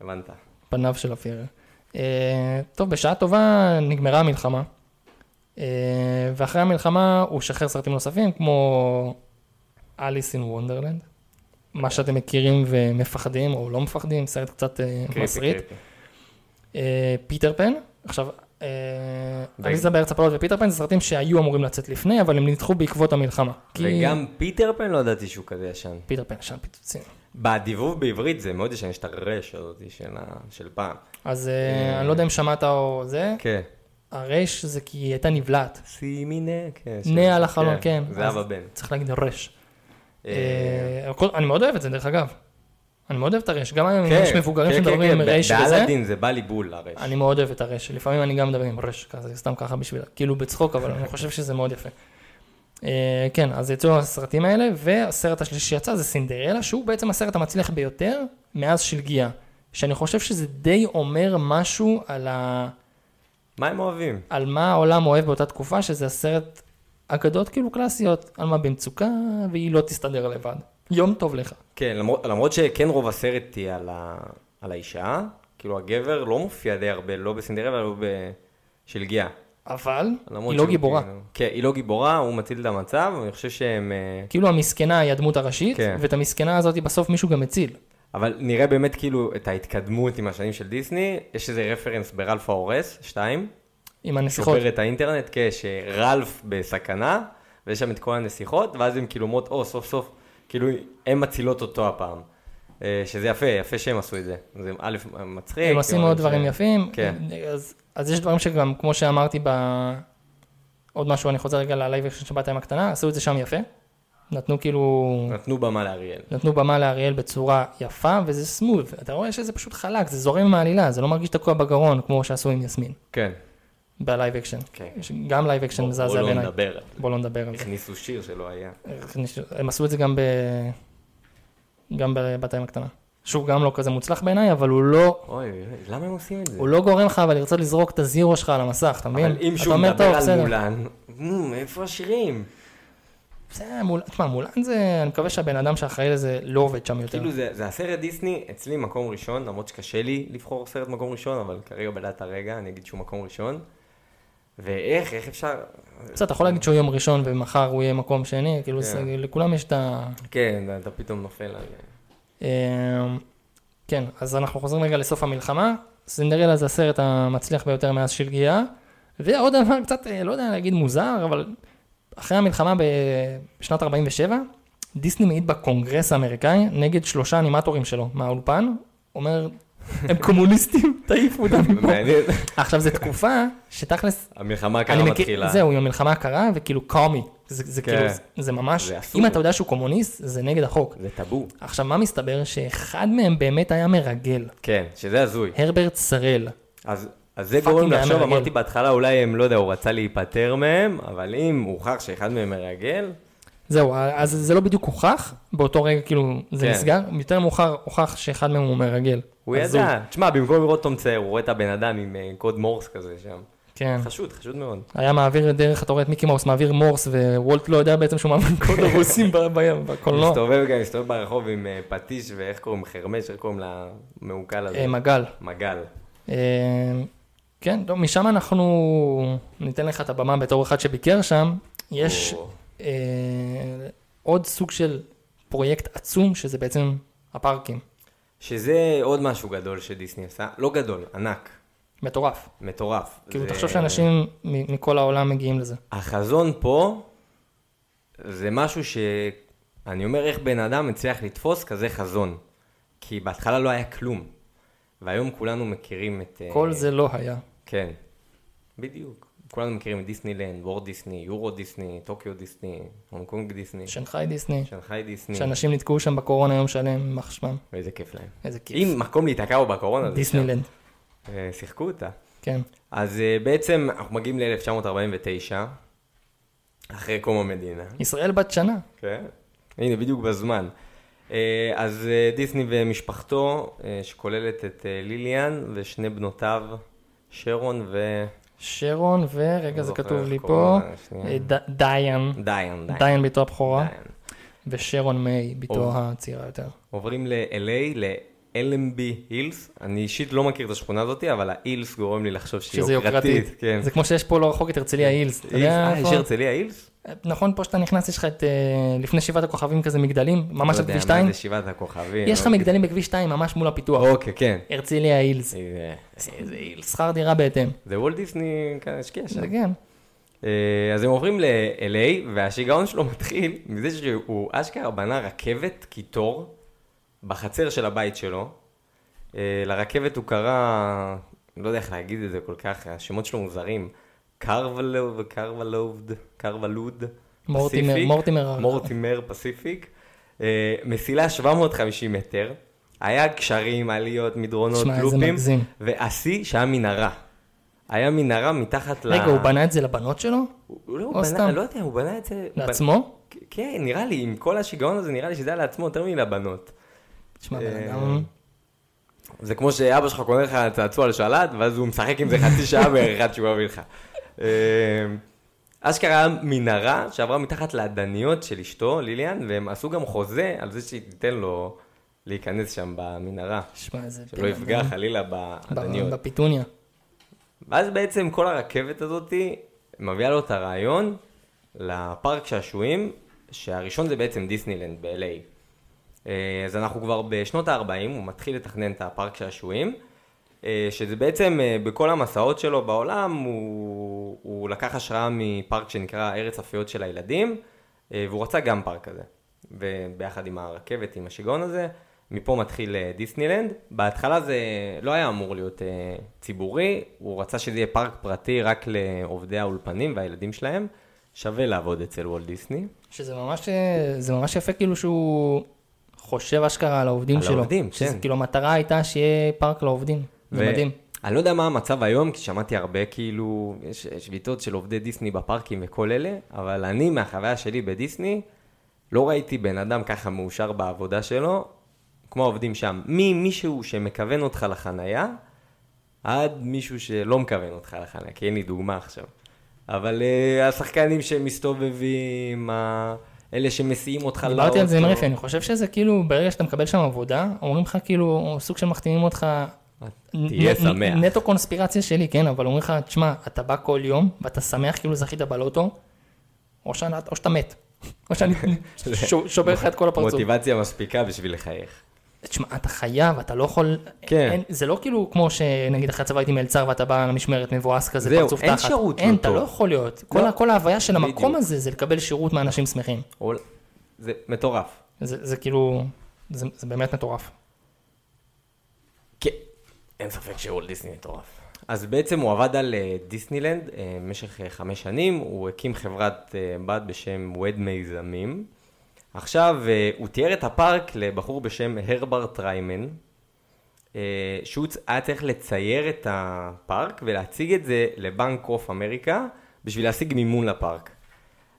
Speaker 3: הבנת.
Speaker 2: פניו של הפירר. אה, טוב, בשעה טובה נגמרה המלחמה. אה, ואחרי המלחמה הוא שחרר סרטים נוספים כמו אליס אין וונדרלנד. מה שאתם מכירים ומפחדים או לא מפחדים, סרט קצת אה,
Speaker 3: קריפי,
Speaker 2: מסריט.
Speaker 3: קריפי.
Speaker 2: אה, פיטר פן, עכשיו, אה, אליסה בארץ הפלאות ופיטר פן זה סרטים שהיו אמורים לצאת לפני, אבל הם נדחו בעקבות המלחמה. כי-
Speaker 3: וגם פיטר פן לא ידעתי שהוא כזה ישן.
Speaker 2: פיטר פן שם פיצוצים.
Speaker 3: בדיבוב בעברית זה מאוד ישן, יש את הרש הזאת של, ה... של פעם.
Speaker 2: אז אה, אני לא יודע אם שמעת או זה,
Speaker 3: כן.
Speaker 2: הרייש זה כי היא הייתה נבלעת.
Speaker 3: שימי נה, כן.
Speaker 2: נה על החלון, כן. אז-
Speaker 3: זהבה בן.
Speaker 2: צריך להגיד רש.
Speaker 3: אה,
Speaker 2: אה, הכל- אני מאוד אוהב את זה, דרך אגב. אני מאוד אוהב את הרש. גם היום אם
Speaker 3: כן,
Speaker 2: יש מבוגרים
Speaker 3: כן,
Speaker 2: שמדברים
Speaker 3: כן,
Speaker 2: עם
Speaker 3: כן,
Speaker 2: רש וזה,
Speaker 3: באלאדין זה בא לי בול, הרש.
Speaker 2: אני מאוד אוהב את הרש. לפעמים אני גם מדבר עם רש כזה, סתם ככה בשביל, כאילו בצחוק, אבל אני חושב שזה מאוד יפה. אה, כן, אז יצאו הסרטים האלה, והסרט השלישי שיצא זה סינדרלה, שהוא בעצם הסרט המצליח ביותר מאז שלגיה. שאני חושב שזה די אומר משהו על ה...
Speaker 3: מה הם אוהבים?
Speaker 2: על מה העולם אוהב באותה תקופה, שזה הסרט אגדות כאילו קלאסיות, על מה במצוקה, והיא לא תסתדר לבד. יום טוב לך.
Speaker 3: כן, למרות, למרות שכן רוב הסרט היא על, ה, על האישה, כאילו הגבר לא מופיע די הרבה, לא בסינדרלה, לא בשלגיה.
Speaker 2: אבל
Speaker 3: למרות
Speaker 2: היא לא
Speaker 3: שהוא
Speaker 2: גיבורה.
Speaker 3: כאילו- כן, היא לא גיבורה, הוא מציל את המצב, אני חושב שהם... אה,
Speaker 2: כאילו המסכנה היא הדמות הראשית,
Speaker 3: כן.
Speaker 2: ואת המסכנה הזאת בסוף מישהו גם הציל.
Speaker 3: אבל נראה באמת כאילו את ההתקדמות עם השנים של דיסני, יש איזה רפרנס ברלף ההורס, 2,
Speaker 2: עם הנסיכות.
Speaker 3: שובר את האינטרנט, כן, שרלף בסכנה, ויש שם את כל הנסיכות, ואז הן כאילו אומרות, או, סוף סוף, כאילו, הן מצילות אותו הפעם. אה, שזה יפה, יפה שהם עשו את זה. זה א', מצחיק.
Speaker 2: הם עושים
Speaker 3: אבל
Speaker 2: מאוד
Speaker 3: זה-
Speaker 2: דברים יפים.
Speaker 3: כן.
Speaker 2: אז- אז יש דברים שגם, כמו שאמרתי ב... עוד משהו, אני חוזר רגע ללייב אקשן של בת הים הקטנה, עשו את זה שם יפה. נתנו כאילו...
Speaker 3: נתנו במה לאריאל.
Speaker 2: נתנו במה לאריאל בצורה יפה, וזה סמוב. אתה רואה שזה פשוט חלק, זה זורם עם העלילה, זה לא מרגיש תקוע בגרון, כמו שעשו עם יסמין,
Speaker 3: כן.
Speaker 2: בלייב אקשן.
Speaker 3: כן.
Speaker 2: יש גם לייב אקשן מזעזע
Speaker 3: בואו לא
Speaker 2: בעיניי.
Speaker 3: נדבר. כן.
Speaker 2: בוא לא נדבר על זה.
Speaker 3: הכניסו שיר שלא היה.
Speaker 2: הם עשו את זה גם ב... גם בבת הים הקטנה. שהוא גם לא כזה מוצלח בעיניי, אבל הוא לא...
Speaker 3: אוי, אוי, אוי, למה הם עושים את זה?
Speaker 2: הוא לא גורם לך אבל לרצות לזרוק את הזירו שלך על המסך, אתה מבין?
Speaker 3: אבל אם
Speaker 2: אתה
Speaker 3: שהוא
Speaker 2: אומר,
Speaker 3: מדבר
Speaker 2: "טוב,
Speaker 3: על
Speaker 2: בסדר."
Speaker 3: מולן, "מ, איפה השירים?
Speaker 2: בסדר, מול- תשמע, מולן זה... אני מקווה שהבן אדם שאחראי לזה לא עובד שם יותר.
Speaker 3: כאילו זה, זה הסרט דיסני, אצלי מקום ראשון, למרות שקשה לי לבחור סרט מקום ראשון, אבל כרגע בדעת הרגע אני אגיד שהוא מקום ראשון. ואיך, איך אפשר...
Speaker 2: בסדר, אתה יכול להגיד שהוא יום ראשון ומחר הוא יהיה מקום שני, כאילו
Speaker 3: כן.
Speaker 2: זה- לכולם יש את ה...
Speaker 3: כן, אתה פתאום נופל על...
Speaker 2: אמ, כן, אז אנחנו חוזרים רגע לסוף המלחמה. סינדרלה זה הסרט המצליח ביותר מאז שלגיה. ועוד דבר קצת, אה, לא יודע להגיד מוזר, אבל אחרי המלחמה ב- בשנת 47, דיסני מעיד בקונגרס האמריקאי נגד שלושה אנימטורים שלו מהאולפן, אומר, הם קומוניסטים, תעיפו אותם מפה.
Speaker 3: מעניין.
Speaker 2: עכשיו, זו תקופה שתכלס,
Speaker 3: המלחמה
Speaker 2: אני
Speaker 3: ככה
Speaker 2: מכיר,
Speaker 3: מתחילה.
Speaker 2: זהו, עם המלחמה הקרה, וכאילו קומי, זה זה
Speaker 3: כן.
Speaker 2: כאילו, זה- זה ממש,
Speaker 3: זה אסור.
Speaker 2: אם אתה יודע שהוא קומוניסט, זה נגד החוק.
Speaker 3: זה טאבו.
Speaker 2: עכשיו, מה מסתבר? שאחד מהם באמת היה מרגל,
Speaker 3: כן, שזה הזוי.
Speaker 2: הרברט סרל.
Speaker 3: אז, אז זה
Speaker 2: פאקינג
Speaker 3: גורם
Speaker 2: היה
Speaker 3: לחשוב,
Speaker 2: מרגל.
Speaker 3: אמרתי בהתחלה, אולי הם, לא יודע, הוא רצה להיפטר מהם, אבל אם הוכח שאחד מהם מרגל,
Speaker 2: זהו, אז זה לא בדיוק הוכח, באותו רגע כאילו זה
Speaker 3: כן.
Speaker 2: נסגר, יותר מאוחר הוכח שאחד מהם הוא מרגל.
Speaker 3: הוא
Speaker 2: אז
Speaker 3: ידע. תשמע, במקום לראות אותו מצייר, הוא רואה את הבן אדם עם אה, קוד מורס כזה שם.
Speaker 2: כן.
Speaker 3: חשוד, חשוד מאוד.
Speaker 2: היה מעביר דרך, אתה רואה את מיקי מאוס מעביר מורס, ווולט לא יודע בעצם שהוא מעביר קוד הרוסים ב- בים, בקולנוע.
Speaker 3: מסתובב גם, מסתובב ברחוב עם אה, פטיש ואיך קוראים, חרמש, איך קוראים למעוקל הזה?
Speaker 2: אה, מגל.
Speaker 3: מגל.
Speaker 2: אה, כן, טוב, משם אנחנו ניתן לך את הבמה בתור אחד שביקר שם. יש
Speaker 3: או,
Speaker 2: אה, עוד סוג של פרויקט עצום, שזה בעצם הפארקים.
Speaker 3: שזה עוד משהו גדול שדיסני עשה, לא גדול, ענק,
Speaker 2: מטורף.
Speaker 3: מטורף.
Speaker 2: כאילו,
Speaker 3: זה- כן.
Speaker 2: תחשוב שאנשים מ- מכל העולם מגיעים לזה.
Speaker 3: החזון פה, זה משהו שאני אומר איך בן אדם הצליח לתפוס כזה חזון. כי בהתחלה לא היה כלום. והיום כולנו מכירים את... אה,
Speaker 2: כל זה לא היה.
Speaker 3: כן, בדיוק. כולנו מכירים את דיסנילנד, וורד דיסני, יורו דיסני, טוקיו דיסני, הונג קונג דיסני,
Speaker 2: שנגחאי דיסני,
Speaker 3: שנגחאי דיסני,
Speaker 2: שאנשים נתקעו שם בקורונה יום שלם, יימח שמם,
Speaker 3: ואיזה כיף להם.
Speaker 2: איזה כיף.
Speaker 3: אם מקום להיתקע הוא בקורונה, לא, זה
Speaker 2: דיסנילנד,
Speaker 3: שם. אה, שיחקו אותה.
Speaker 2: כן.
Speaker 3: אז אה, בעצם אנחנו מגיעים ל-1949, אחרי קום המדינה.
Speaker 2: ישראל בת שנה,
Speaker 3: כן. הנה, בדיוק בזמן. אה, אז אה, דיסני ומשפחתו, אה, שכוללת את אה, ליליאן ושני בנותיו, שרון ו...
Speaker 2: שרון ורגע זה
Speaker 3: לא זוכר
Speaker 2: כתוב
Speaker 3: איך
Speaker 2: לי פה,
Speaker 3: קוראים לה, שנייה.
Speaker 2: אה, ד- דיין,
Speaker 3: דיין, דיין.
Speaker 2: דיין בתו הבכורה,
Speaker 3: דיין.
Speaker 2: ושרון מיי בתו
Speaker 3: אור.
Speaker 2: הצעירה יותר.
Speaker 3: עוברים ל-LA, ל-LMB הילס. אני אישית לא מכיר את השכונה הזאת, אבל ההילס גורם לי לחשוב שהיא
Speaker 2: שזה יוקרתית,
Speaker 3: כן.
Speaker 2: זה כמו שיש פה לא רחוק את הרצליה הילס, אתה
Speaker 3: הילס,
Speaker 2: יודע
Speaker 3: אה, יש
Speaker 2: איפה?
Speaker 3: הרצליה הילס?
Speaker 2: נכון פה שאתה נכנס יש לך את אה, לפני שבעת הכוכבים כזה מגדלים, ממש על
Speaker 3: לא יודע,
Speaker 2: כביש 2,
Speaker 3: מה זה שבעת הכוכבים?
Speaker 2: יש לך
Speaker 3: אוקיי.
Speaker 2: מגדלים בכביש 2 ממש מול הפיתוח,
Speaker 3: אוקיי, כן.
Speaker 2: הרצליה הילס,
Speaker 3: איזה- איזה הילס.
Speaker 2: שכר דירה בהתאם,
Speaker 3: זה וולט דיסני כאן השקיע שם.
Speaker 2: זה כן,
Speaker 3: אה, אז הם עוברים ל-LA, והשיגעון שלו מתחיל מזה שהוא אשכרה בנה רכבת קיטור בחצר של הבית שלו. אה, לרכבת הוא קרא, לא יודע איך להגיד את זה כל כך, השמות שלו מוזרים. קרוולוב, קרוולובד, קרוולוד,
Speaker 2: מורטימר-
Speaker 3: פסיפיק,
Speaker 2: מורטימר-
Speaker 3: מורטימר פסיפיק. אה, מסילה 750 מטר, היה גשרים, עליות, מדרונות,
Speaker 2: שמע, איזה
Speaker 3: לופים,
Speaker 2: מגזים.
Speaker 3: והשיא שהיה מנהרה. היה מנהרה מתחת ל...
Speaker 2: רגע הוא בנה את זה לבנות שלו?
Speaker 3: הוא לא,
Speaker 2: או
Speaker 3: הוא בנה,
Speaker 2: סתם.
Speaker 3: אני לא יודע, הוא בנה את זה... הוא בנ-
Speaker 2: לעצמו?
Speaker 3: כ- כן, נראה לי, עם כל השיגעון הזה, נראה לי שזה היה לעצמו יותר מלבנות.
Speaker 2: תשמע,
Speaker 3: אה,
Speaker 2: בן אדם,
Speaker 3: זה כמו שאבא שלך קונה לך צעצוע על שלט, ואז הוא משחק עם זה חצי שעה בערך עד שהוא יביא לך. אה, אשכרה היה מנהרה שעברה מתחת לאדניות של אשתו, ליליאן, והם עשו גם חוזה על זה שהיא תיתן לו להיכנס שם במנהרה.
Speaker 2: תשמע, איזה
Speaker 3: שלא יפגע חלילה באדניות.
Speaker 2: ב- בפיטוניה.
Speaker 3: ואז בעצם כל הרכבת הזאתי מביאה לו את הרעיון לפארק שעשועים, שהראשון זה בעצם דיסנילנד ב-LA. אה, אז אנחנו כבר בשנות ה-40, הוא מתחיל לתכנן את הפארק שעשועים, אה, שזה בעצם אה, בכל המסעות שלו בעולם, הוא, הוא לקח השראה מפארק שנקרא ארץ הפיות של הילדים, אה, והוא רצה גם פארק כזה. וביחד עם הרכבת, עם השיגעון הזה, מפה מתחיל אה, דיסנילנד. בהתחלה זה לא היה אמור להיות אה, ציבורי, הוא רצה שזה יהיה פארק פרטי רק לעובדי האולפנים והילדים שלהם. שווה לעבוד אצל וולט דיסני.
Speaker 2: שזה ממש, אה, זה ממש יפה כאילו שהוא חושב אשכרה על העובדים
Speaker 3: על
Speaker 2: שלו.
Speaker 3: העובדים,
Speaker 2: שזה
Speaker 3: כן.
Speaker 2: כאילו המטרה הייתה שיהיה פארק לעובדים. זה
Speaker 3: ו-
Speaker 2: מדהים.
Speaker 3: אני לא יודע מה המצב היום, כי שמעתי הרבה כאילו, יש שביתות של עובדי דיסני בפארקים וכל אלה, אבל אני, מהחוויה שלי בדיסני, לא ראיתי בן אדם ככה מאושר בעבודה שלו, כמו העובדים שם. ממישהו שמכוון אותך לחנייה, עד מישהו שלא מכוון אותך לחנייה, כי אין לי דוגמה עכשיו. אבל uh, השחקנים שמסתובבים, ה... אלה שמסיעים אותך לאוטו.
Speaker 2: דיברתי על זה עם רפי, אני חושב שזה כאילו, ברגע שאתה מקבל שם עבודה, אומרים לך כאילו, סוג של מחתימים אותך...
Speaker 3: אה, תהיה
Speaker 2: נ- לא
Speaker 3: שמח.
Speaker 2: נ- נטו קונספירציה שלי, כן, אבל אומרים לך, תשמע, אתה בא כל יום, ואתה שמח כאילו זכית בלוטו, או שאתה או שאתה מת. או שאני ש- שובר לך את כל הפרצוף.
Speaker 3: מוטיבציה מספיקה בשביל לחייך.
Speaker 2: תשמע, אתה חייב, אתה לא יכול...
Speaker 3: כן.
Speaker 2: אין, זה לא כאילו כמו שנגיד אחרי הצבא הייתי מלצר ואתה בא למשמרת מבואס כזה,
Speaker 3: זהו,
Speaker 2: פרצוף
Speaker 3: אין
Speaker 2: תחת.
Speaker 3: שירות
Speaker 2: אין,
Speaker 3: לא
Speaker 2: אתה
Speaker 3: טוב.
Speaker 2: לא יכול להיות. כל,
Speaker 3: לא.
Speaker 2: ה- כל ההוויה של המקום
Speaker 3: בדיוק.
Speaker 2: הזה זה לקבל שירות מאנשים שמחים.
Speaker 3: או- זה מטורף.
Speaker 2: זה, זה כאילו... זה, זה באמת מטורף.
Speaker 3: כן. אין ספק שוולט דיסני מטורף. אז בעצם הוא עבד על אה, דיסנילנד אה, במשך אה, חמש שנים, הוא הקים חברת אה, בת בשם ווד מיזמים. עכשיו, אה, הוא תיאר את הפארק לבחור בשם הרברט ריימן, אה, שהוא צ- היה צריך לצייר את הפארק ולהציג את זה לבנק אוף אמריקה בשביל להשיג מימון לפארק.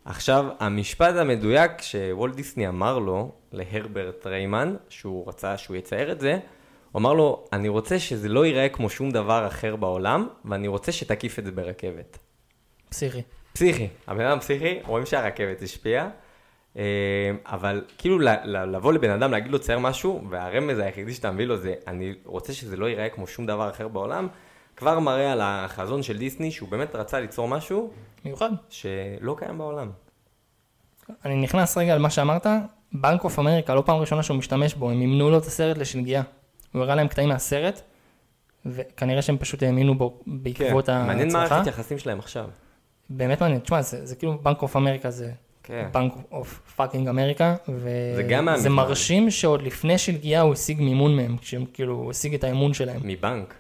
Speaker 3: עכשיו, המשפט המדויק שוולט דיסני אמר לו, להרברט ריימן, שהוא רצה שהוא יצייר את זה, הוא אמר לו, אני רוצה שזה לא ייראה כמו שום דבר אחר בעולם, ואני רוצה שתקיף את זה ברכבת.
Speaker 2: פסיכי.
Speaker 3: פסיכי, הבן אדם פסיכי, רואים שהרכבת השפיעה, אה, אבל כאילו ל- ל- לבוא לבן אדם, להגיד לו צייר משהו, והרמז היחידי שאתה מביא לו זה, אני רוצה שזה לא ייראה כמו שום דבר אחר בעולם, כבר מראה על החזון של דיסני, שהוא באמת רצה ליצור משהו
Speaker 2: מיוחד.
Speaker 3: שלא קיים בעולם.
Speaker 2: אני נכנס רגע על מה שאמרת, בנק אוף אמריקה, לא פעם ראשונה שהוא משתמש בו, הם מימנו לו את הסרט לשלגייה. הוא הראה להם קטעים מהסרט, וכנראה שהם פשוט האמינו בו בעקבות ההצלחה.
Speaker 3: כן. מעניין מה מערכת היחסים שלהם עכשיו.
Speaker 2: באמת מעניין, תשמע, זה, זה כאילו בנק אוף אמריקה זה
Speaker 3: כן.
Speaker 2: בנק אוף פאקינג אמריקה,
Speaker 3: זה גם
Speaker 2: וזה
Speaker 3: מהמפעל.
Speaker 2: מרשים שעוד לפני שלגיה הוא השיג מימון מהם, כשהם כאילו, הוא השיג את האמון שלהם,
Speaker 3: מבנק.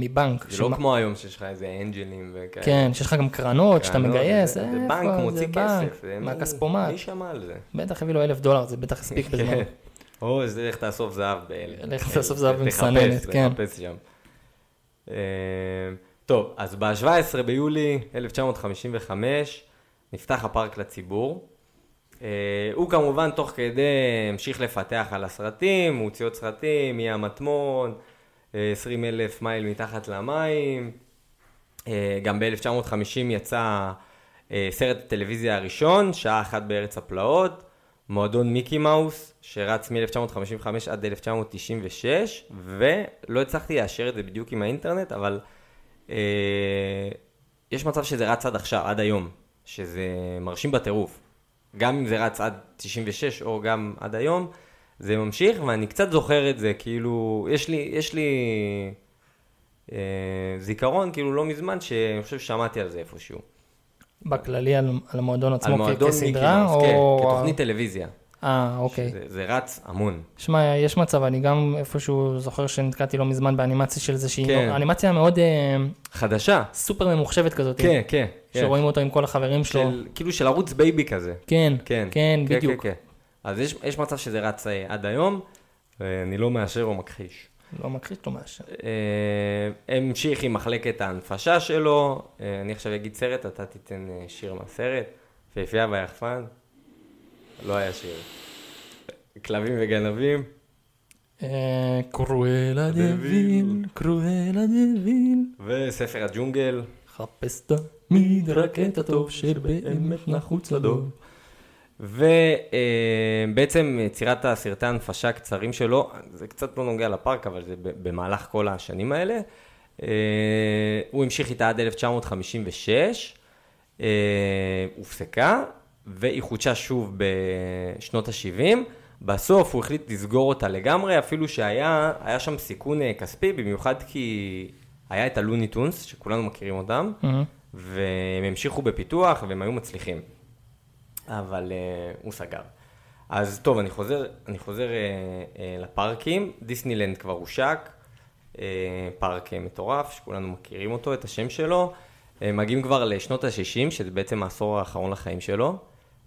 Speaker 2: מבנק.
Speaker 3: זה לא
Speaker 2: שמה-
Speaker 3: כמו היום שיש לך איזה אנג'לים וכאלה.
Speaker 2: כן, שיש לך גם קרנות, שאתה
Speaker 3: קרנות,
Speaker 2: מגייס,
Speaker 3: זה- זה
Speaker 2: איפה,
Speaker 3: בנק מוציא
Speaker 2: זה בנק,
Speaker 3: כסף. זה-
Speaker 2: מהכספומט,
Speaker 3: מי שמע על זה?
Speaker 2: בטח הביא לו אלף דולר, זה בטח הספיק בזמן.
Speaker 3: כן. או, זה לך תאסוף זהב באלה.
Speaker 2: לך תאסוף זהב
Speaker 3: תחפש,
Speaker 2: במסננת, כן.
Speaker 3: תחפש שם. אה, טוב, אז ב-17 ביולי 1955 נפתח הפארק לציבור. אה, הוא כמובן תוך כדי המשיך לפתח על הסרטים, הוא הוציא עוד סרטים, אי המטמון, 20 אלף מייל מתחת למים. אה, גם ב-1950 יצא אה, סרט הטלוויזיה הראשון, שעה אחת בארץ הפלאות, מועדון מיקי מאוס, שרץ מ-1955 עד 1996, ולא הצלחתי לאשר את זה בדיוק עם האינטרנט, אבל אה, יש מצב שזה רץ עד עכשיו, עד היום, שזה מרשים בטירוף. גם אם זה רץ עד 96 או גם עד היום, זה ממשיך, ואני קצת זוכר את זה, כאילו, יש לי, יש לי אה, זיכרון, כאילו לא מזמן, שאני חושב ששמעתי על זה איפשהו.
Speaker 2: בכללי על, על המועדון עצמו
Speaker 3: על
Speaker 2: כ-
Speaker 3: מועדון
Speaker 2: כסדרה,
Speaker 3: מיקי מאוס,
Speaker 2: או...
Speaker 3: כן, כתוכנית טלוויזיה.
Speaker 2: אה, אוקיי.
Speaker 3: זה, זה רץ המון.
Speaker 2: שמע, יש מצב, אני גם איפשהו זוכר שנתקעתי לא מזמן באנימציה של זה, שהיא
Speaker 3: כן.
Speaker 2: כן. אנימציה מאוד אה,
Speaker 3: חדשה.
Speaker 2: סופר ממוחשבת כזאת. אה,
Speaker 3: כן, כן. כן.
Speaker 2: שרואים אותו עם כל החברים שלו.
Speaker 3: של, כאילו של ערוץ בייבי כזה.
Speaker 2: כן,
Speaker 3: כן.
Speaker 2: כן, בדיוק.
Speaker 3: כן, כן. אז יש, יש מצב שזה רץ אה, עד היום, ואני לא מאשר או מכחיש.
Speaker 2: לא מכחיש לו משהו.
Speaker 3: אה, המשיך עם מחלקת ההנפשה שלו, אה, אני עכשיו אגיד סרט, אתה תיתן אה, שיר מהסרט, יפהפייה והיחפן, לא היה שיר. כלבים וגנבים,
Speaker 2: אה, קרואלה
Speaker 3: דביל.
Speaker 2: דביל, קרואלה דביל,
Speaker 3: וספר הג'ונגל.
Speaker 2: חפש תמיד רק את הטוב שבאמת נחוץ לדור.
Speaker 3: ובעצם אה, יצירת הסרטי ההנפשה הקצרים שלו, זה קצת לא נוגע לפארק, אבל זה ב- במהלך כל השנים האלה. אה, הוא המשיך איתה עד 1956, אה, הופסקה, והיא חודשה שוב בשנות ה-70. בסוף הוא החליט לסגור אותה לגמרי, אפילו שהיה היה שם סיכון אה, כספי, במיוחד כי היה את הלוני טונס, שכולנו מכירים אותם,
Speaker 2: מהמם.
Speaker 3: והם המשיכו בפיתוח והם היו מצליחים. אבל uh, הוא סגר. אז טוב, אני חוזר, אני חוזר uh, uh, לפארקים. דיסנילנד כבר הושק, uh, פארק uh, מטורף, שכולנו מכירים אותו, את השם שלו. Uh, מגיעים כבר לשנות ה-60, שזה בעצם העשור האחרון לחיים שלו.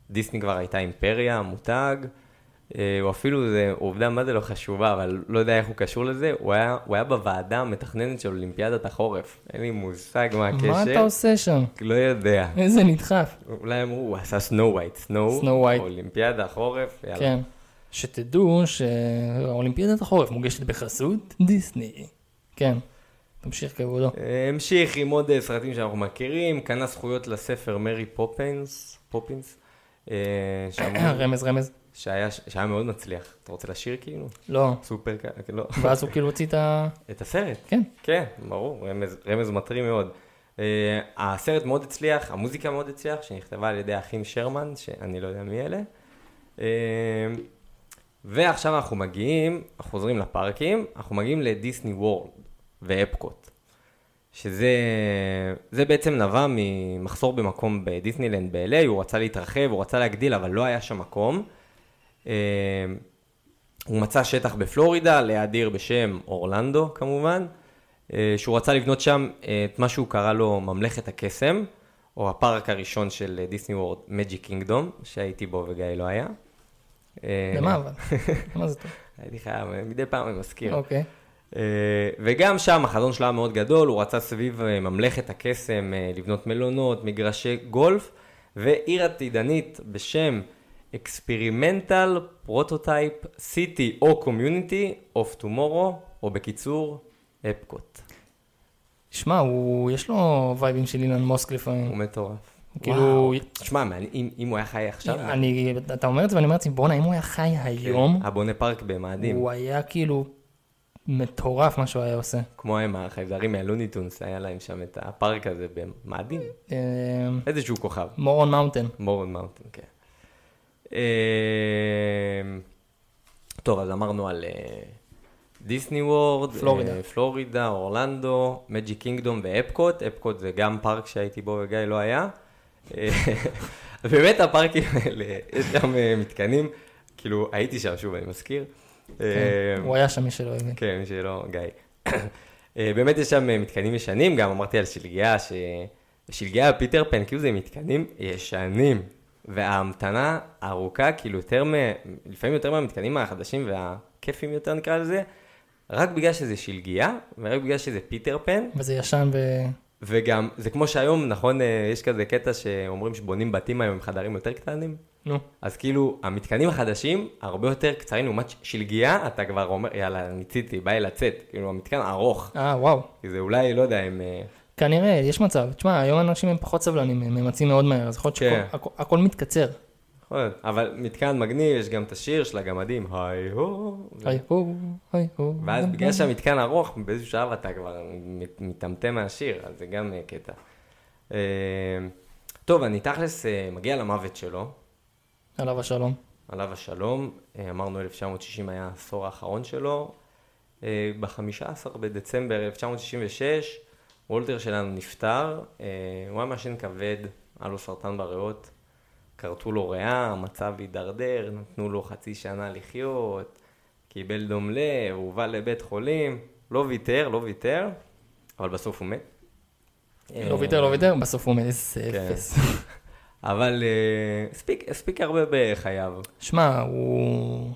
Speaker 3: דיסני כבר הייתה אימפריה, מותג. Uh, הוא אפילו, זה עובדה מה זה לא חשובה, אבל לא יודע איך הוא קשור לזה. הוא היה, הוא היה בוועדה המתכננת של אולימפיאדת החורף. אין לי מושג מה הקשר.
Speaker 2: מה אתה עושה שם?
Speaker 3: לא יודע.
Speaker 2: איזה נדחף.
Speaker 3: אולי אמרו, הוא עשה סנו ווייט, סנו,
Speaker 2: Snow White.
Speaker 3: אולימפיאדה, חורף, יאללה.
Speaker 2: כן. שתדעו שהאולימפיאדת החורף מוגשת בחסות דיסני. כן. תמשיך כבודו.
Speaker 3: אה, המשיך עם עוד אה, סרטים שאנחנו מכירים, קנה זכויות לספר מרי פופינס, פופינס, אה, שאמרו-
Speaker 2: רמז רמז.
Speaker 3: שהיה שהיה מאוד מצליח. אתה רוצה לשיר כאילו?
Speaker 2: לא.
Speaker 3: סופר קל, לא.
Speaker 2: ואז הוא כאילו הוציא את ה...
Speaker 3: את הסרט.
Speaker 2: כן.
Speaker 3: כן, ברור, רמז, רמז מטרי מאוד. Uh, הסרט מאוד הצליח, המוזיקה מאוד הצליח, שנכתבה על ידי האחים שרמן, שאני לא יודע מי אלה. Uh, אה, ועכשיו אנחנו מגיעים, אנחנו חוזרים לפארקים, אנחנו מגיעים לדיסני וורד ואפקוט. שזה זה בעצם נבע ממחסור במקום בדיסנילנד ב-LA, הוא רצה להתרחב, הוא רצה להגדיל, אבל לא היה שם מקום. אה, הוא מצא שטח בפלורידה, ליד עיר בשם אורלנדו כמובן, אה, שהוא רצה לבנות שם אה, את מה שהוא קרא לו ממלכת הקסם, או הפארק הראשון של אה, דיסני וורד, מג'יק קינגדום, שהייתי בו וגיא לא היה. אה,
Speaker 2: למה אבל? למה זה טוב?
Speaker 3: הייתי חייב, מדי פעם אני מזכיר.
Speaker 2: אוקיי.
Speaker 3: אה, וגם שם החזון שלו היה מאוד גדול, הוא רצה סביב אה, ממלכת הקסם אה, לבנות מלונות, מגרשי גולף, ועיר עתידנית בשם Experimental Prototype City או Community of Tomorrow, או בקיצור, אפקוט.
Speaker 2: שמע, הוא- יש לו וייבים של אילן מוסק
Speaker 3: הוא
Speaker 2: לפעמים.
Speaker 3: מטורף.
Speaker 2: כאילו-
Speaker 3: וואו. תשמע, מעניין, אם, אם הוא היה חי עכשיו,
Speaker 2: אני, אתה אומר את זה ואני אומר לעצמי, בואנה, אם הוא היה חי
Speaker 3: כן,
Speaker 2: היום,
Speaker 3: הבונה פארק במאדים,
Speaker 2: הוא היה כאילו מטורף מה שהוא היה עושה.
Speaker 3: כמו הם החייזרים מהלוניטונס, היה להם שם את הפארק הזה במאדים,
Speaker 2: אה,
Speaker 3: איזשהו כוכב.
Speaker 2: מורון מאונטן.
Speaker 3: מורן מאונטן, כן. אמ, טוב, אז אמרנו על אה, דיסני וורד,
Speaker 2: פלורידה.
Speaker 3: אה, פלורידה, אורלנדו, מג'יק קינגדום ואפקוט. אפקוט זה גם פארק שהייתי בו וגיא לא היה. אה, באמת הפארקים האלה, יש גם אה, מתקנים, כאילו הייתי שם, שוב, אני מזכיר. אמ,
Speaker 2: הוא היה שם מי שלא הבין.
Speaker 3: כן, מי שלא, גיא. אה, באמת יש שם אה, מתקנים ישנים, גם אמרתי על שלגיה, ש... שלגיה פיטר פן, כאילו זה מתקנים ישנים, וההמתנה ארוכה, כאילו יותר מ... לפעמים יותר מהמתקנים החדשים והכיפים יותר נקרא לזה, רק בגלל שזה שלגיה, ורק בגלל שזה פיטר פן,
Speaker 2: וזה ישן ו...
Speaker 3: וגם, זה כמו שהיום, נכון, אה, יש כזה קטע שאומרים שבונים בתים היום עם חדרים יותר קטנים?
Speaker 2: נו.
Speaker 3: אז כאילו, המתקנים החדשים הרבה יותר קצרים לעומת ש- שלגיה, אתה כבר אומר, יאללה, מיציתי, בא לי לצאת. כאילו, המתקן ארוך.
Speaker 2: אה, וואו.
Speaker 3: כי זה אולי, לא יודע, אם... אה,
Speaker 2: כנראה, יש מצב. תשמע, היום אנשים הם פחות סבלנים, הם ממצים מאוד מהר, אז יכול להיות
Speaker 3: כן.
Speaker 2: שהכל הכ- הכל מתקצר.
Speaker 3: יכול להיות. אבל מתקן מגניב, יש גם את השיר של הגמדים, היי הו.
Speaker 2: היי הו, היי הו.
Speaker 3: ואז בגלל שהמתקן ארוך, באיזשהו שלב אתה כבר מת- מטמטם מהשיר, אז זה גם אה, קטע. אה, טוב, אני תכלס אה, מגיע למוות שלו,
Speaker 2: עליו השלום.
Speaker 3: עליו השלום. אה, אמרנו 1960 היה העשור האחרון שלו. אה, ב-15 בדצמבר 1966, וולטר שלנו נפטר. אה, הוא היה מעשן כבד, היה לו סרטן בריאות. כרתו לו ריאה, המצב הידרדר, נתנו לו חצי שנה לחיות, קיבל דום לב, הובא לבית חולים. לא ויתר, לא ויתר, אבל בסוף הוא מת.
Speaker 2: לא ויתר, לא ויתר, בסוף הוא מאיזה
Speaker 3: אה. כן.
Speaker 2: אפס.
Speaker 3: אבל אה, הספיק, הספיק הרבה בחייו.
Speaker 2: שמע, הוא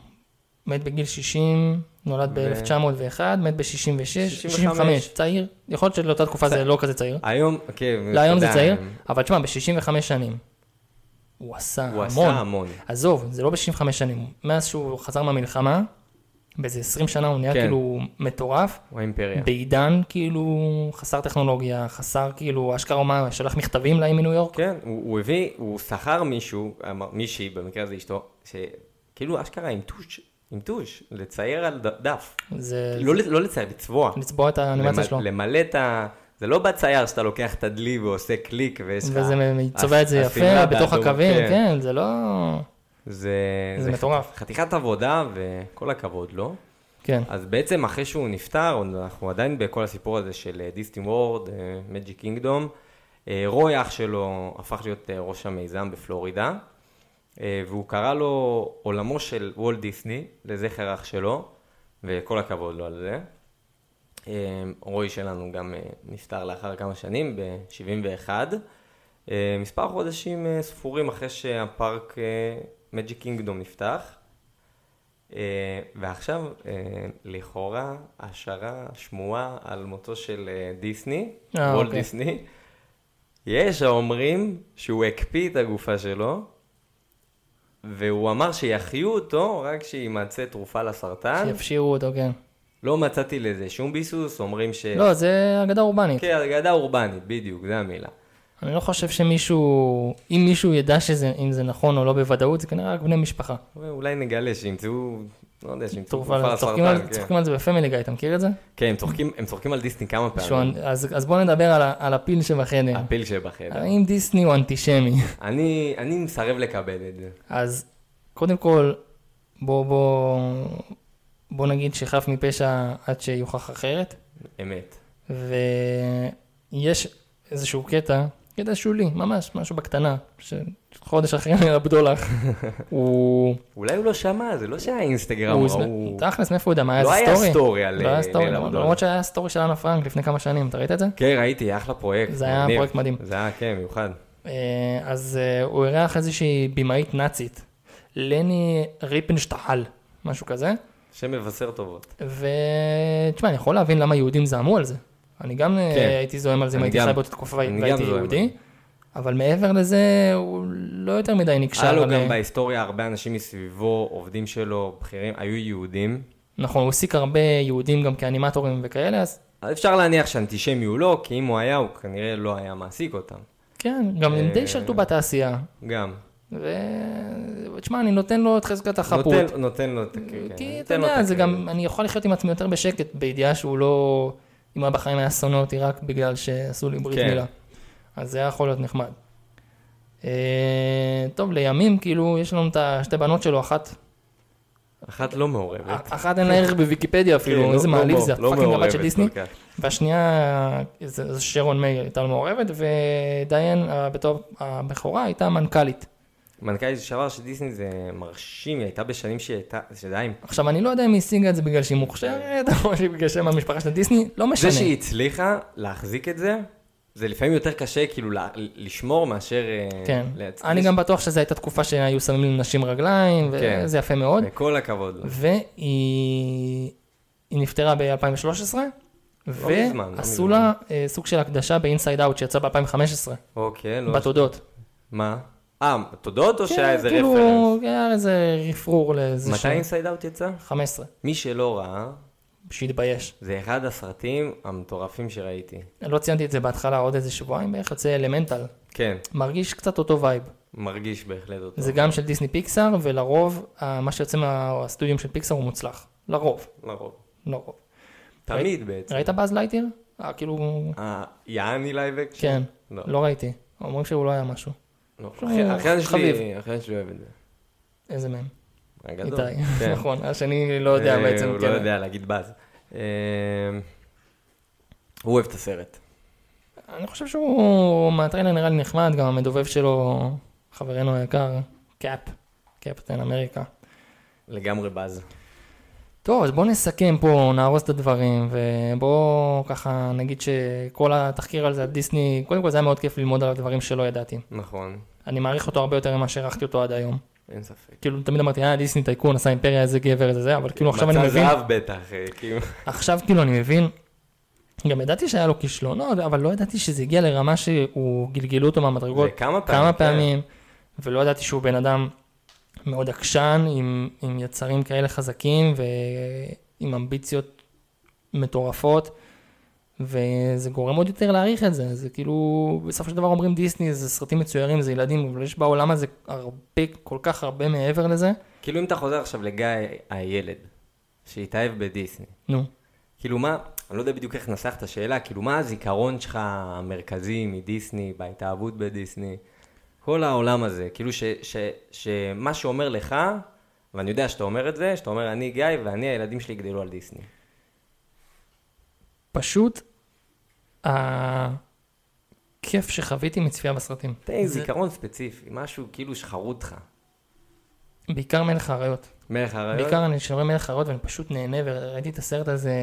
Speaker 2: מת בגיל 60, נולד ב-1901, מת ב-66, 65, צעיר. יכול להיות שלאותה תקופה זה לא כזה צעיר.
Speaker 3: היום, כן.
Speaker 2: להיום זה
Speaker 3: אתה יודע,
Speaker 2: צעיר, אבל תשמע, ב-65 שנים. הוא עשה
Speaker 3: הוא
Speaker 2: המון.
Speaker 3: עשה המון.
Speaker 2: עזוב, זה לא ב-65 שנים. מאז שהוא חזר מהמלחמה, באיזה 20 שנה הוא נהיה
Speaker 3: כן.
Speaker 2: כאילו מטורף.
Speaker 3: הוא האימפריה.
Speaker 2: בעידן כאילו חסר טכנולוגיה, חסר כאילו, אשכרה הוא מה, שלח מכתבים לאי מניו יורק.
Speaker 3: כן, הוא, הוא הביא, הוא שכר מישהו, אמר- מישהי, במקרה הזה אשתו, שכאילו אשכרה עם טוש, עם טוש, לצייר על ד- דף.
Speaker 2: זה
Speaker 3: לא, ל- לא לצייר, לצבוע.
Speaker 2: לצבוע את האנימציה
Speaker 3: למ-
Speaker 2: שלו.
Speaker 3: למלא את ה... זה לא בצייר שאתה לוקח את הדלי ועושה קליק ויש לך...
Speaker 2: וזה מ- צובע
Speaker 3: הס-
Speaker 2: את זה יפה
Speaker 3: השמלה
Speaker 2: בתוך
Speaker 3: באדום,
Speaker 2: הקווים, כן, זה לא...
Speaker 3: זה,
Speaker 2: זה מטורף.
Speaker 3: חתיכת עבודה וכל הכבוד לו.
Speaker 2: כן.
Speaker 3: אז בעצם אחרי שהוא נפטר, אנחנו עדיין בכל הסיפור הזה של אה, דיסני וורד, מג'יק קינגדום. רוי אח שלו הפך להיות אה, ראש המיזם בפלורידה, אה, והוא קרא לו עולמו של וולט דיסני, לזכר אח שלו, וכל הכבוד לו על זה. אה, רוי שלנו גם אה, נפטר לאחר כמה שנים, ב-71. מספר חודשים אה, ספורים אחרי שהפארק מג'יק קינגדום נפתח. אה, ועכשיו, אה, לכאורה, השערה, שמועה על מותו של אה, דיסני,
Speaker 2: אה,
Speaker 3: וולט
Speaker 2: אוקיי.
Speaker 3: דיסני. יש האומרים שהוא הקפיא את הגופה שלו, והוא אמר שיחיו אותו רק כשיימצא תרופה לסרטן.
Speaker 2: שיפשירו אותו, כן.
Speaker 3: לא מצאתי לזה שום ביסוס, אומרים ש...
Speaker 2: לא, זה אגדה אורבנית.
Speaker 3: כן, אגדה אורבנית, בדיוק, זו המילה.
Speaker 2: אני לא חושב שמישהו, אם מישהו ידע שזה, אם זה נכון או לא בוודאות, זה כנראה רק בני משפחה.
Speaker 3: אולי נגלה שימצאו, לא יודע, שימצאו
Speaker 2: תרופה
Speaker 3: תרופה
Speaker 2: לזה. צוחקים על-
Speaker 3: לסרטן, כן.
Speaker 2: צוחקים על זה בפמילי גיא, אתה מכיר את זה?
Speaker 3: כן, הם צוחקים- הם צוחקים על דיסני כמה
Speaker 2: שהוא
Speaker 3: פעמים.
Speaker 2: אנ- אז אז בוא נדבר על ה- על הפיל שבחדר.
Speaker 3: הפיל שבחדר.
Speaker 2: האם דיסני הוא אנטישמי?
Speaker 3: אני אני מסרב לקבל את זה.
Speaker 2: אז קודם כל, בוא, בוא, בוא נגיד שחף מפשע עד שיוכח אחרת.
Speaker 3: אמת.
Speaker 2: ויש איזשהו קטע, קטע שולי, ממש, משהו בקטנה, שחודש אחרי הבדולח, הוא...
Speaker 3: אולי הוא לא שמע, זה לא שהאינסטגרם
Speaker 2: הוא...
Speaker 3: ראו...
Speaker 2: תכלס, מאיפה הוא יודע? מה,
Speaker 3: לא
Speaker 2: היה
Speaker 3: היה
Speaker 2: איזה סטורי?
Speaker 3: סטורי על
Speaker 2: לא היה
Speaker 3: אה,
Speaker 2: סטורי,
Speaker 3: ליל הבדולח.
Speaker 2: למרות שהיה סטורי של אנה פרנק לפני כמה שנים, אתה ראית את זה?
Speaker 3: כן, ראיתי, אחלה פרויקט.
Speaker 2: זה היה
Speaker 3: מגניב.
Speaker 2: פרויקט מדהים.
Speaker 3: זה היה, כן, מיוחד.
Speaker 2: אה, אז אה, הוא אירח איזושהי בימאית נאצית, לני ריפנשטחל, משהו כזה,
Speaker 3: שם מבשר טובות.
Speaker 2: ותשמע, אני יכול להבין למה יהודים זעמו על זה. אני גם אה,
Speaker 3: כן.
Speaker 2: הייתי זועם על זה אם
Speaker 3: אני
Speaker 2: הייתי
Speaker 3: גם-
Speaker 2: חי באותה תקופה
Speaker 3: אני גם
Speaker 2: והייתי
Speaker 3: זועם על
Speaker 2: יהודי, אבל מעבר לזה, הוא לא יותר מדי נקשר. אה,
Speaker 3: היה לו
Speaker 2: על-
Speaker 3: גם בהיסטוריה הרבה אנשים מסביבו, עובדים שלו, בכירים, היו יהודים.
Speaker 2: נכון, הוא העסיק הרבה יהודים גם כאנימטורים וכאלה, אז
Speaker 3: אז אפשר להניח שאנטישמי הוא לא, כי אם הוא היה, הוא כנראה לא היה מעסיק אותם.
Speaker 2: כן, גם הם
Speaker 3: אה.
Speaker 2: די שלטו בתעשייה.
Speaker 3: גם.
Speaker 2: ו... תשמע, אני נותן לו את חזקת החפות.
Speaker 3: נותן, נותן כן, לו את הקרדיט.
Speaker 2: כי אתה יודע, זה גם, אני יכול לחיות עם עצמי יותר בשקט, בידיעה שהוא לא, אם אבא חיים היה שונא אותי רק בגלל שעשו לי ברית
Speaker 3: כן.
Speaker 2: מילה. אז זה היה יכול להיות נחמד. אה, טוב, לימים, כאילו, יש לנו את השתי בנות שלו, אחת,
Speaker 3: אחת לא מעורבת.
Speaker 2: אחת אין לה ערך בוויקיפדיה
Speaker 3: כן,
Speaker 2: אפילו,
Speaker 3: לא-
Speaker 2: איזה
Speaker 3: לא
Speaker 2: מעליב
Speaker 3: מעור-
Speaker 2: אה, כאילו, זה,
Speaker 3: לא
Speaker 2: הפאקינג הבת
Speaker 3: מעורבת
Speaker 2: של דיסני.
Speaker 3: כל כך.
Speaker 2: והשנייה, זה זה שרון מאיר הייתה לא מעורבת, ודיין, אה, בתור הבכורה, הייתה מנכ"לית.
Speaker 3: מנכ"לית לשעבר של דיסני זה מרשים, היא הייתה בשנים שהיא הייתה, שזה היה עם...
Speaker 2: עכשיו, אני לא יודע אם היא השיגה את זה בגלל שהיא מוכשרת, או שהיא בגלל שם המשפחה של דיסני, לא משנה.
Speaker 3: זה שהיא הצליחה להחזיק את זה, זה לפעמים יותר קשה כאילו ל- לשמור מאשר... אה,
Speaker 2: כן.
Speaker 3: להצ-
Speaker 2: אני גם בטוח שזו הייתה תקופה שהיו שמים לנשים רגליים,
Speaker 3: כן.
Speaker 2: וזה יפה מאוד.
Speaker 3: כל הכבוד. לה.
Speaker 2: והיא היא נפטרה ב-2013,
Speaker 3: מזמן, לא
Speaker 2: ועשו
Speaker 3: מזמן.
Speaker 2: לה אה, סוג של הקדשה ב-inside out שיצא ב-2015,
Speaker 3: אוקיי, לא...
Speaker 2: בתודות.
Speaker 3: מה? אה, תודות או שהיה איזה
Speaker 2: כאילו,
Speaker 3: רפרנס?
Speaker 2: היה איזה רפרור לאיזה...
Speaker 3: מתי
Speaker 2: שם.
Speaker 3: אינסייד אאוט יצא?
Speaker 2: 15,
Speaker 3: מי שלא ראה,
Speaker 2: שיתבייש.
Speaker 3: זה אחד הסרטים המטורפים שראיתי.
Speaker 2: לא ציינתי את זה בהתחלה, עוד איזה שבועיים בערך, יוצא אלמנטל.
Speaker 3: כן,
Speaker 2: מרגיש קצת אותו וייב.
Speaker 3: מרגיש בהחלט אותו.
Speaker 2: זה גם של דיסני פיקסאר, ולרוב, אה, מה שיוצא מהסטודיום של פיקסאר הוא מוצלח. לרוב,
Speaker 3: לרוב.
Speaker 2: לרוב.
Speaker 3: תמיד בעצם.
Speaker 2: ראית באז לייטיר? אה, כאילו,
Speaker 3: אה, יעני לייב אקשן?
Speaker 2: כן,
Speaker 3: לא.
Speaker 2: לא ראיתי. אומרים שהוא לא היה משהו.
Speaker 3: לא.
Speaker 2: לא,
Speaker 3: אחי- האחיין
Speaker 2: חביב.
Speaker 3: שלי, האחיין שלי אוהב את זה.
Speaker 2: איזה מהם?
Speaker 3: הגדול.
Speaker 2: איתי.
Speaker 3: כן.
Speaker 2: נכון, השני לא יודע
Speaker 3: אה,
Speaker 2: בעצם.
Speaker 3: הוא לא
Speaker 2: כן.
Speaker 3: יודע להגיד באז. אה, הוא אוהב את הסרט.
Speaker 2: אני חושב שהוא, מהטריילר נראה לי נחמד, גם המדובב שלו, חברנו היקר, קאפ, קפטן אמריקה.
Speaker 3: לגמרי באז.
Speaker 2: טוב, אז בואו נסכם פה, נארוז את הדברים, ובואו ככה נגיד שכל התחקיר על זה על דיסני, קודם כל זה היה מאוד כיף ללמוד על הדברים שלא ידעתי.
Speaker 3: נכון,
Speaker 2: אני מעריך אותו הרבה יותר ממה שהערכתי אותו עד היום.
Speaker 3: אין ספק.
Speaker 2: כאילו, תמיד אמרתי, אה, דיסני טייקון, עשה אימפריה, איזה גבר, איזה זה, אבל כאילו עכשיו אני
Speaker 3: מצא
Speaker 2: מבין,
Speaker 3: זהב בטח, אה, כאילו.
Speaker 2: עכשיו כאילו אני מבין, גם ידעתי שהיה לו כישלונות, אבל לא ידעתי שזה הגיע לרמה שהוא, גלגלו אותו מהמדרגות
Speaker 3: זה כמה פעמים.
Speaker 2: כמה
Speaker 3: כן.
Speaker 2: פעמים, ולא ידעתי שהוא בן אדם מאוד עקשן, עם, עם יצרים כאלה חזקים ועם אמביציות מטורפות, וזה גורם עוד יותר להעריך את זה, זה כאילו, בסופו של דבר אומרים דיסני, זה סרטים מצוירים, זה ילדים, אבל יש בעולם הזה הרבה, כל כך הרבה מעבר לזה,
Speaker 3: כאילו אם אתה חוזר עכשיו לגיא הילד, שהתאהב בדיסני,
Speaker 2: נו,
Speaker 3: כאילו מה, אני לא יודע בדיוק איך לנסח את השאלה, כאילו מה הזיכרון שלך המרכזי מדיסני, בהתאהבות בדיסני, כל העולם הזה, כאילו ש, ש, שמה שאומר לך, ואני יודע שאתה אומר את זה, שאתה אומר אני גיא ואני הילדים שלי יגדלו על דיסני.
Speaker 2: פשוט, הכיף שחוויתי מצפייה בסרטים,
Speaker 3: תן לי זיכרון ספציפי, משהו כאילו שחרוט לך.
Speaker 2: בעיקר מלך האריות.
Speaker 3: מלך הרעיון?
Speaker 2: בעיקר אני שומע מלך האריות ואני פשוט נהנה וראיתי את הסרט הזה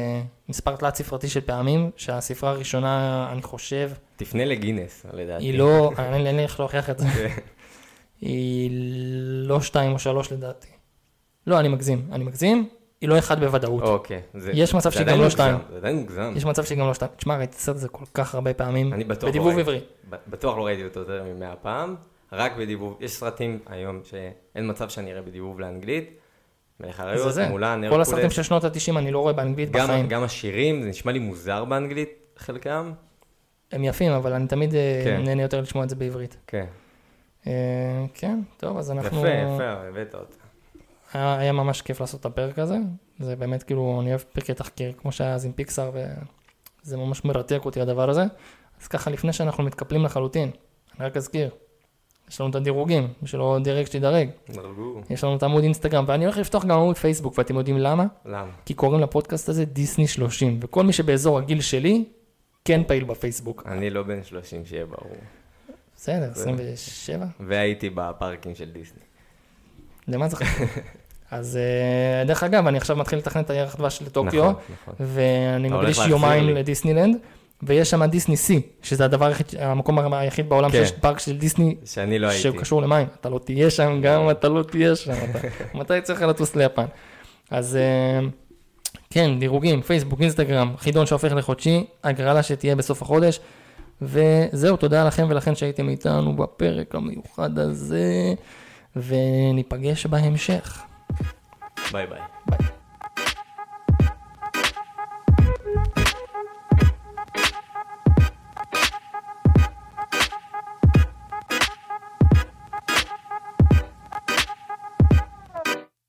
Speaker 2: מספר תלת ספרתי של פעמים, שהספרה הראשונה, אני חושב,
Speaker 3: תפנה לגינס, לדעתי.
Speaker 2: היא לא, אין לי- אין לי איך להוכיח את זה,
Speaker 3: אוקיי.
Speaker 2: היא לא שתיים או שלוש לדעתי. לא, אני מגזים, אני מגזים, היא לא אחד בוודאות.
Speaker 3: אוקיי. זה-
Speaker 2: יש מצב
Speaker 3: זה
Speaker 2: שגם
Speaker 3: עדיין
Speaker 2: לא
Speaker 3: מוגזם,
Speaker 2: שתיים.
Speaker 3: זה עדיין מוגזם.
Speaker 2: יש מצב שהיא גם לא שתיים. תשמע, ראיתי את הסרט הזה כל כך הרבה פעמים,
Speaker 3: אני בטוח לא
Speaker 2: בדיבוב
Speaker 3: ראיתי.
Speaker 2: עברי.
Speaker 3: ב- בטוח לא ראיתי אותו יותר ממאה פעם, רק בדיבוב, יש סרטים היום שאין מצב שאני אראה בדיבוב לאנגלית, מלך
Speaker 2: זה
Speaker 3: הרעיות,
Speaker 2: זה,
Speaker 3: מולן,
Speaker 2: כל הסרטים
Speaker 3: הרקולס,
Speaker 2: של שנות ה-90 אני לא רואה באנגלית
Speaker 3: גם-
Speaker 2: בחיים.
Speaker 3: גם השירים, זה נשמע לי מוזר באנגלית חלקם,
Speaker 2: הם יפים, אבל אני תמיד אה,
Speaker 3: כן.
Speaker 2: נהנה יותר לשמוע את זה בעברית.
Speaker 3: כן,
Speaker 2: אה, כן, טוב, אז אנחנו...
Speaker 3: יפה, יפה, הבאת אותה,
Speaker 2: היה, היה ממש כיף לעשות את הפרק הזה, זה באמת כאילו, אני אוהב פרקי תחקיר, כמו שהיה אז עם פיקסאר, וזה ממש מרתק אותי הדבר הזה. אז ככה, לפני שאנחנו מתקפלים לחלוטין, אני רק אזכיר, יש לנו את הדירוגים, מי שלא דירג שתדרג.
Speaker 3: דרגו.
Speaker 2: יש לנו את עמוד אינסטגרם, ואני הולך לפתוח גם עמוד פייסבוק, ואתם יודעים למה?
Speaker 3: למה?
Speaker 2: כי קוראים לפודקאסט הזה דיסני 30, וכל מי שבאזור הגיל שלי, כן פעיל בפייסבוק.
Speaker 3: אני לא בן 30, שיהיה ברור.
Speaker 2: בסדר, 27?
Speaker 3: והייתי בפארקים של דיסני.
Speaker 2: למה זה חשוב? אז אה, דרך אגב, אני עכשיו מתחיל לתכנן את הירח דבש לטוקיו,
Speaker 3: נכון, נכון.
Speaker 2: ואני
Speaker 3: אתה
Speaker 2: מקדיש
Speaker 3: הולך
Speaker 2: יומיים
Speaker 3: להחזיר לי.
Speaker 2: לדיסנילנד, ויש שם דיסני סי, שזה הדבר היחיד, המקום היחיד בעולם
Speaker 3: כן.
Speaker 2: שיש פארק של דיסני
Speaker 3: שאני לא הייתי.
Speaker 2: שהוא קשור למים. אתה לא תהיה שם גם, אתה לא תהיה שם. אתה- מתי צריך לטוס ליפן? אז אה, כן, דירוגים, פייסבוק, אינסטגרם, חידון שהופך לחודשי, הגרלה שתהיה בסוף החודש. וזהו, תודה לכם ולכן שהייתם איתנו בפרק המיוחד הזה, וניפגש בהמשך.
Speaker 3: ביי ביי.
Speaker 2: ביי.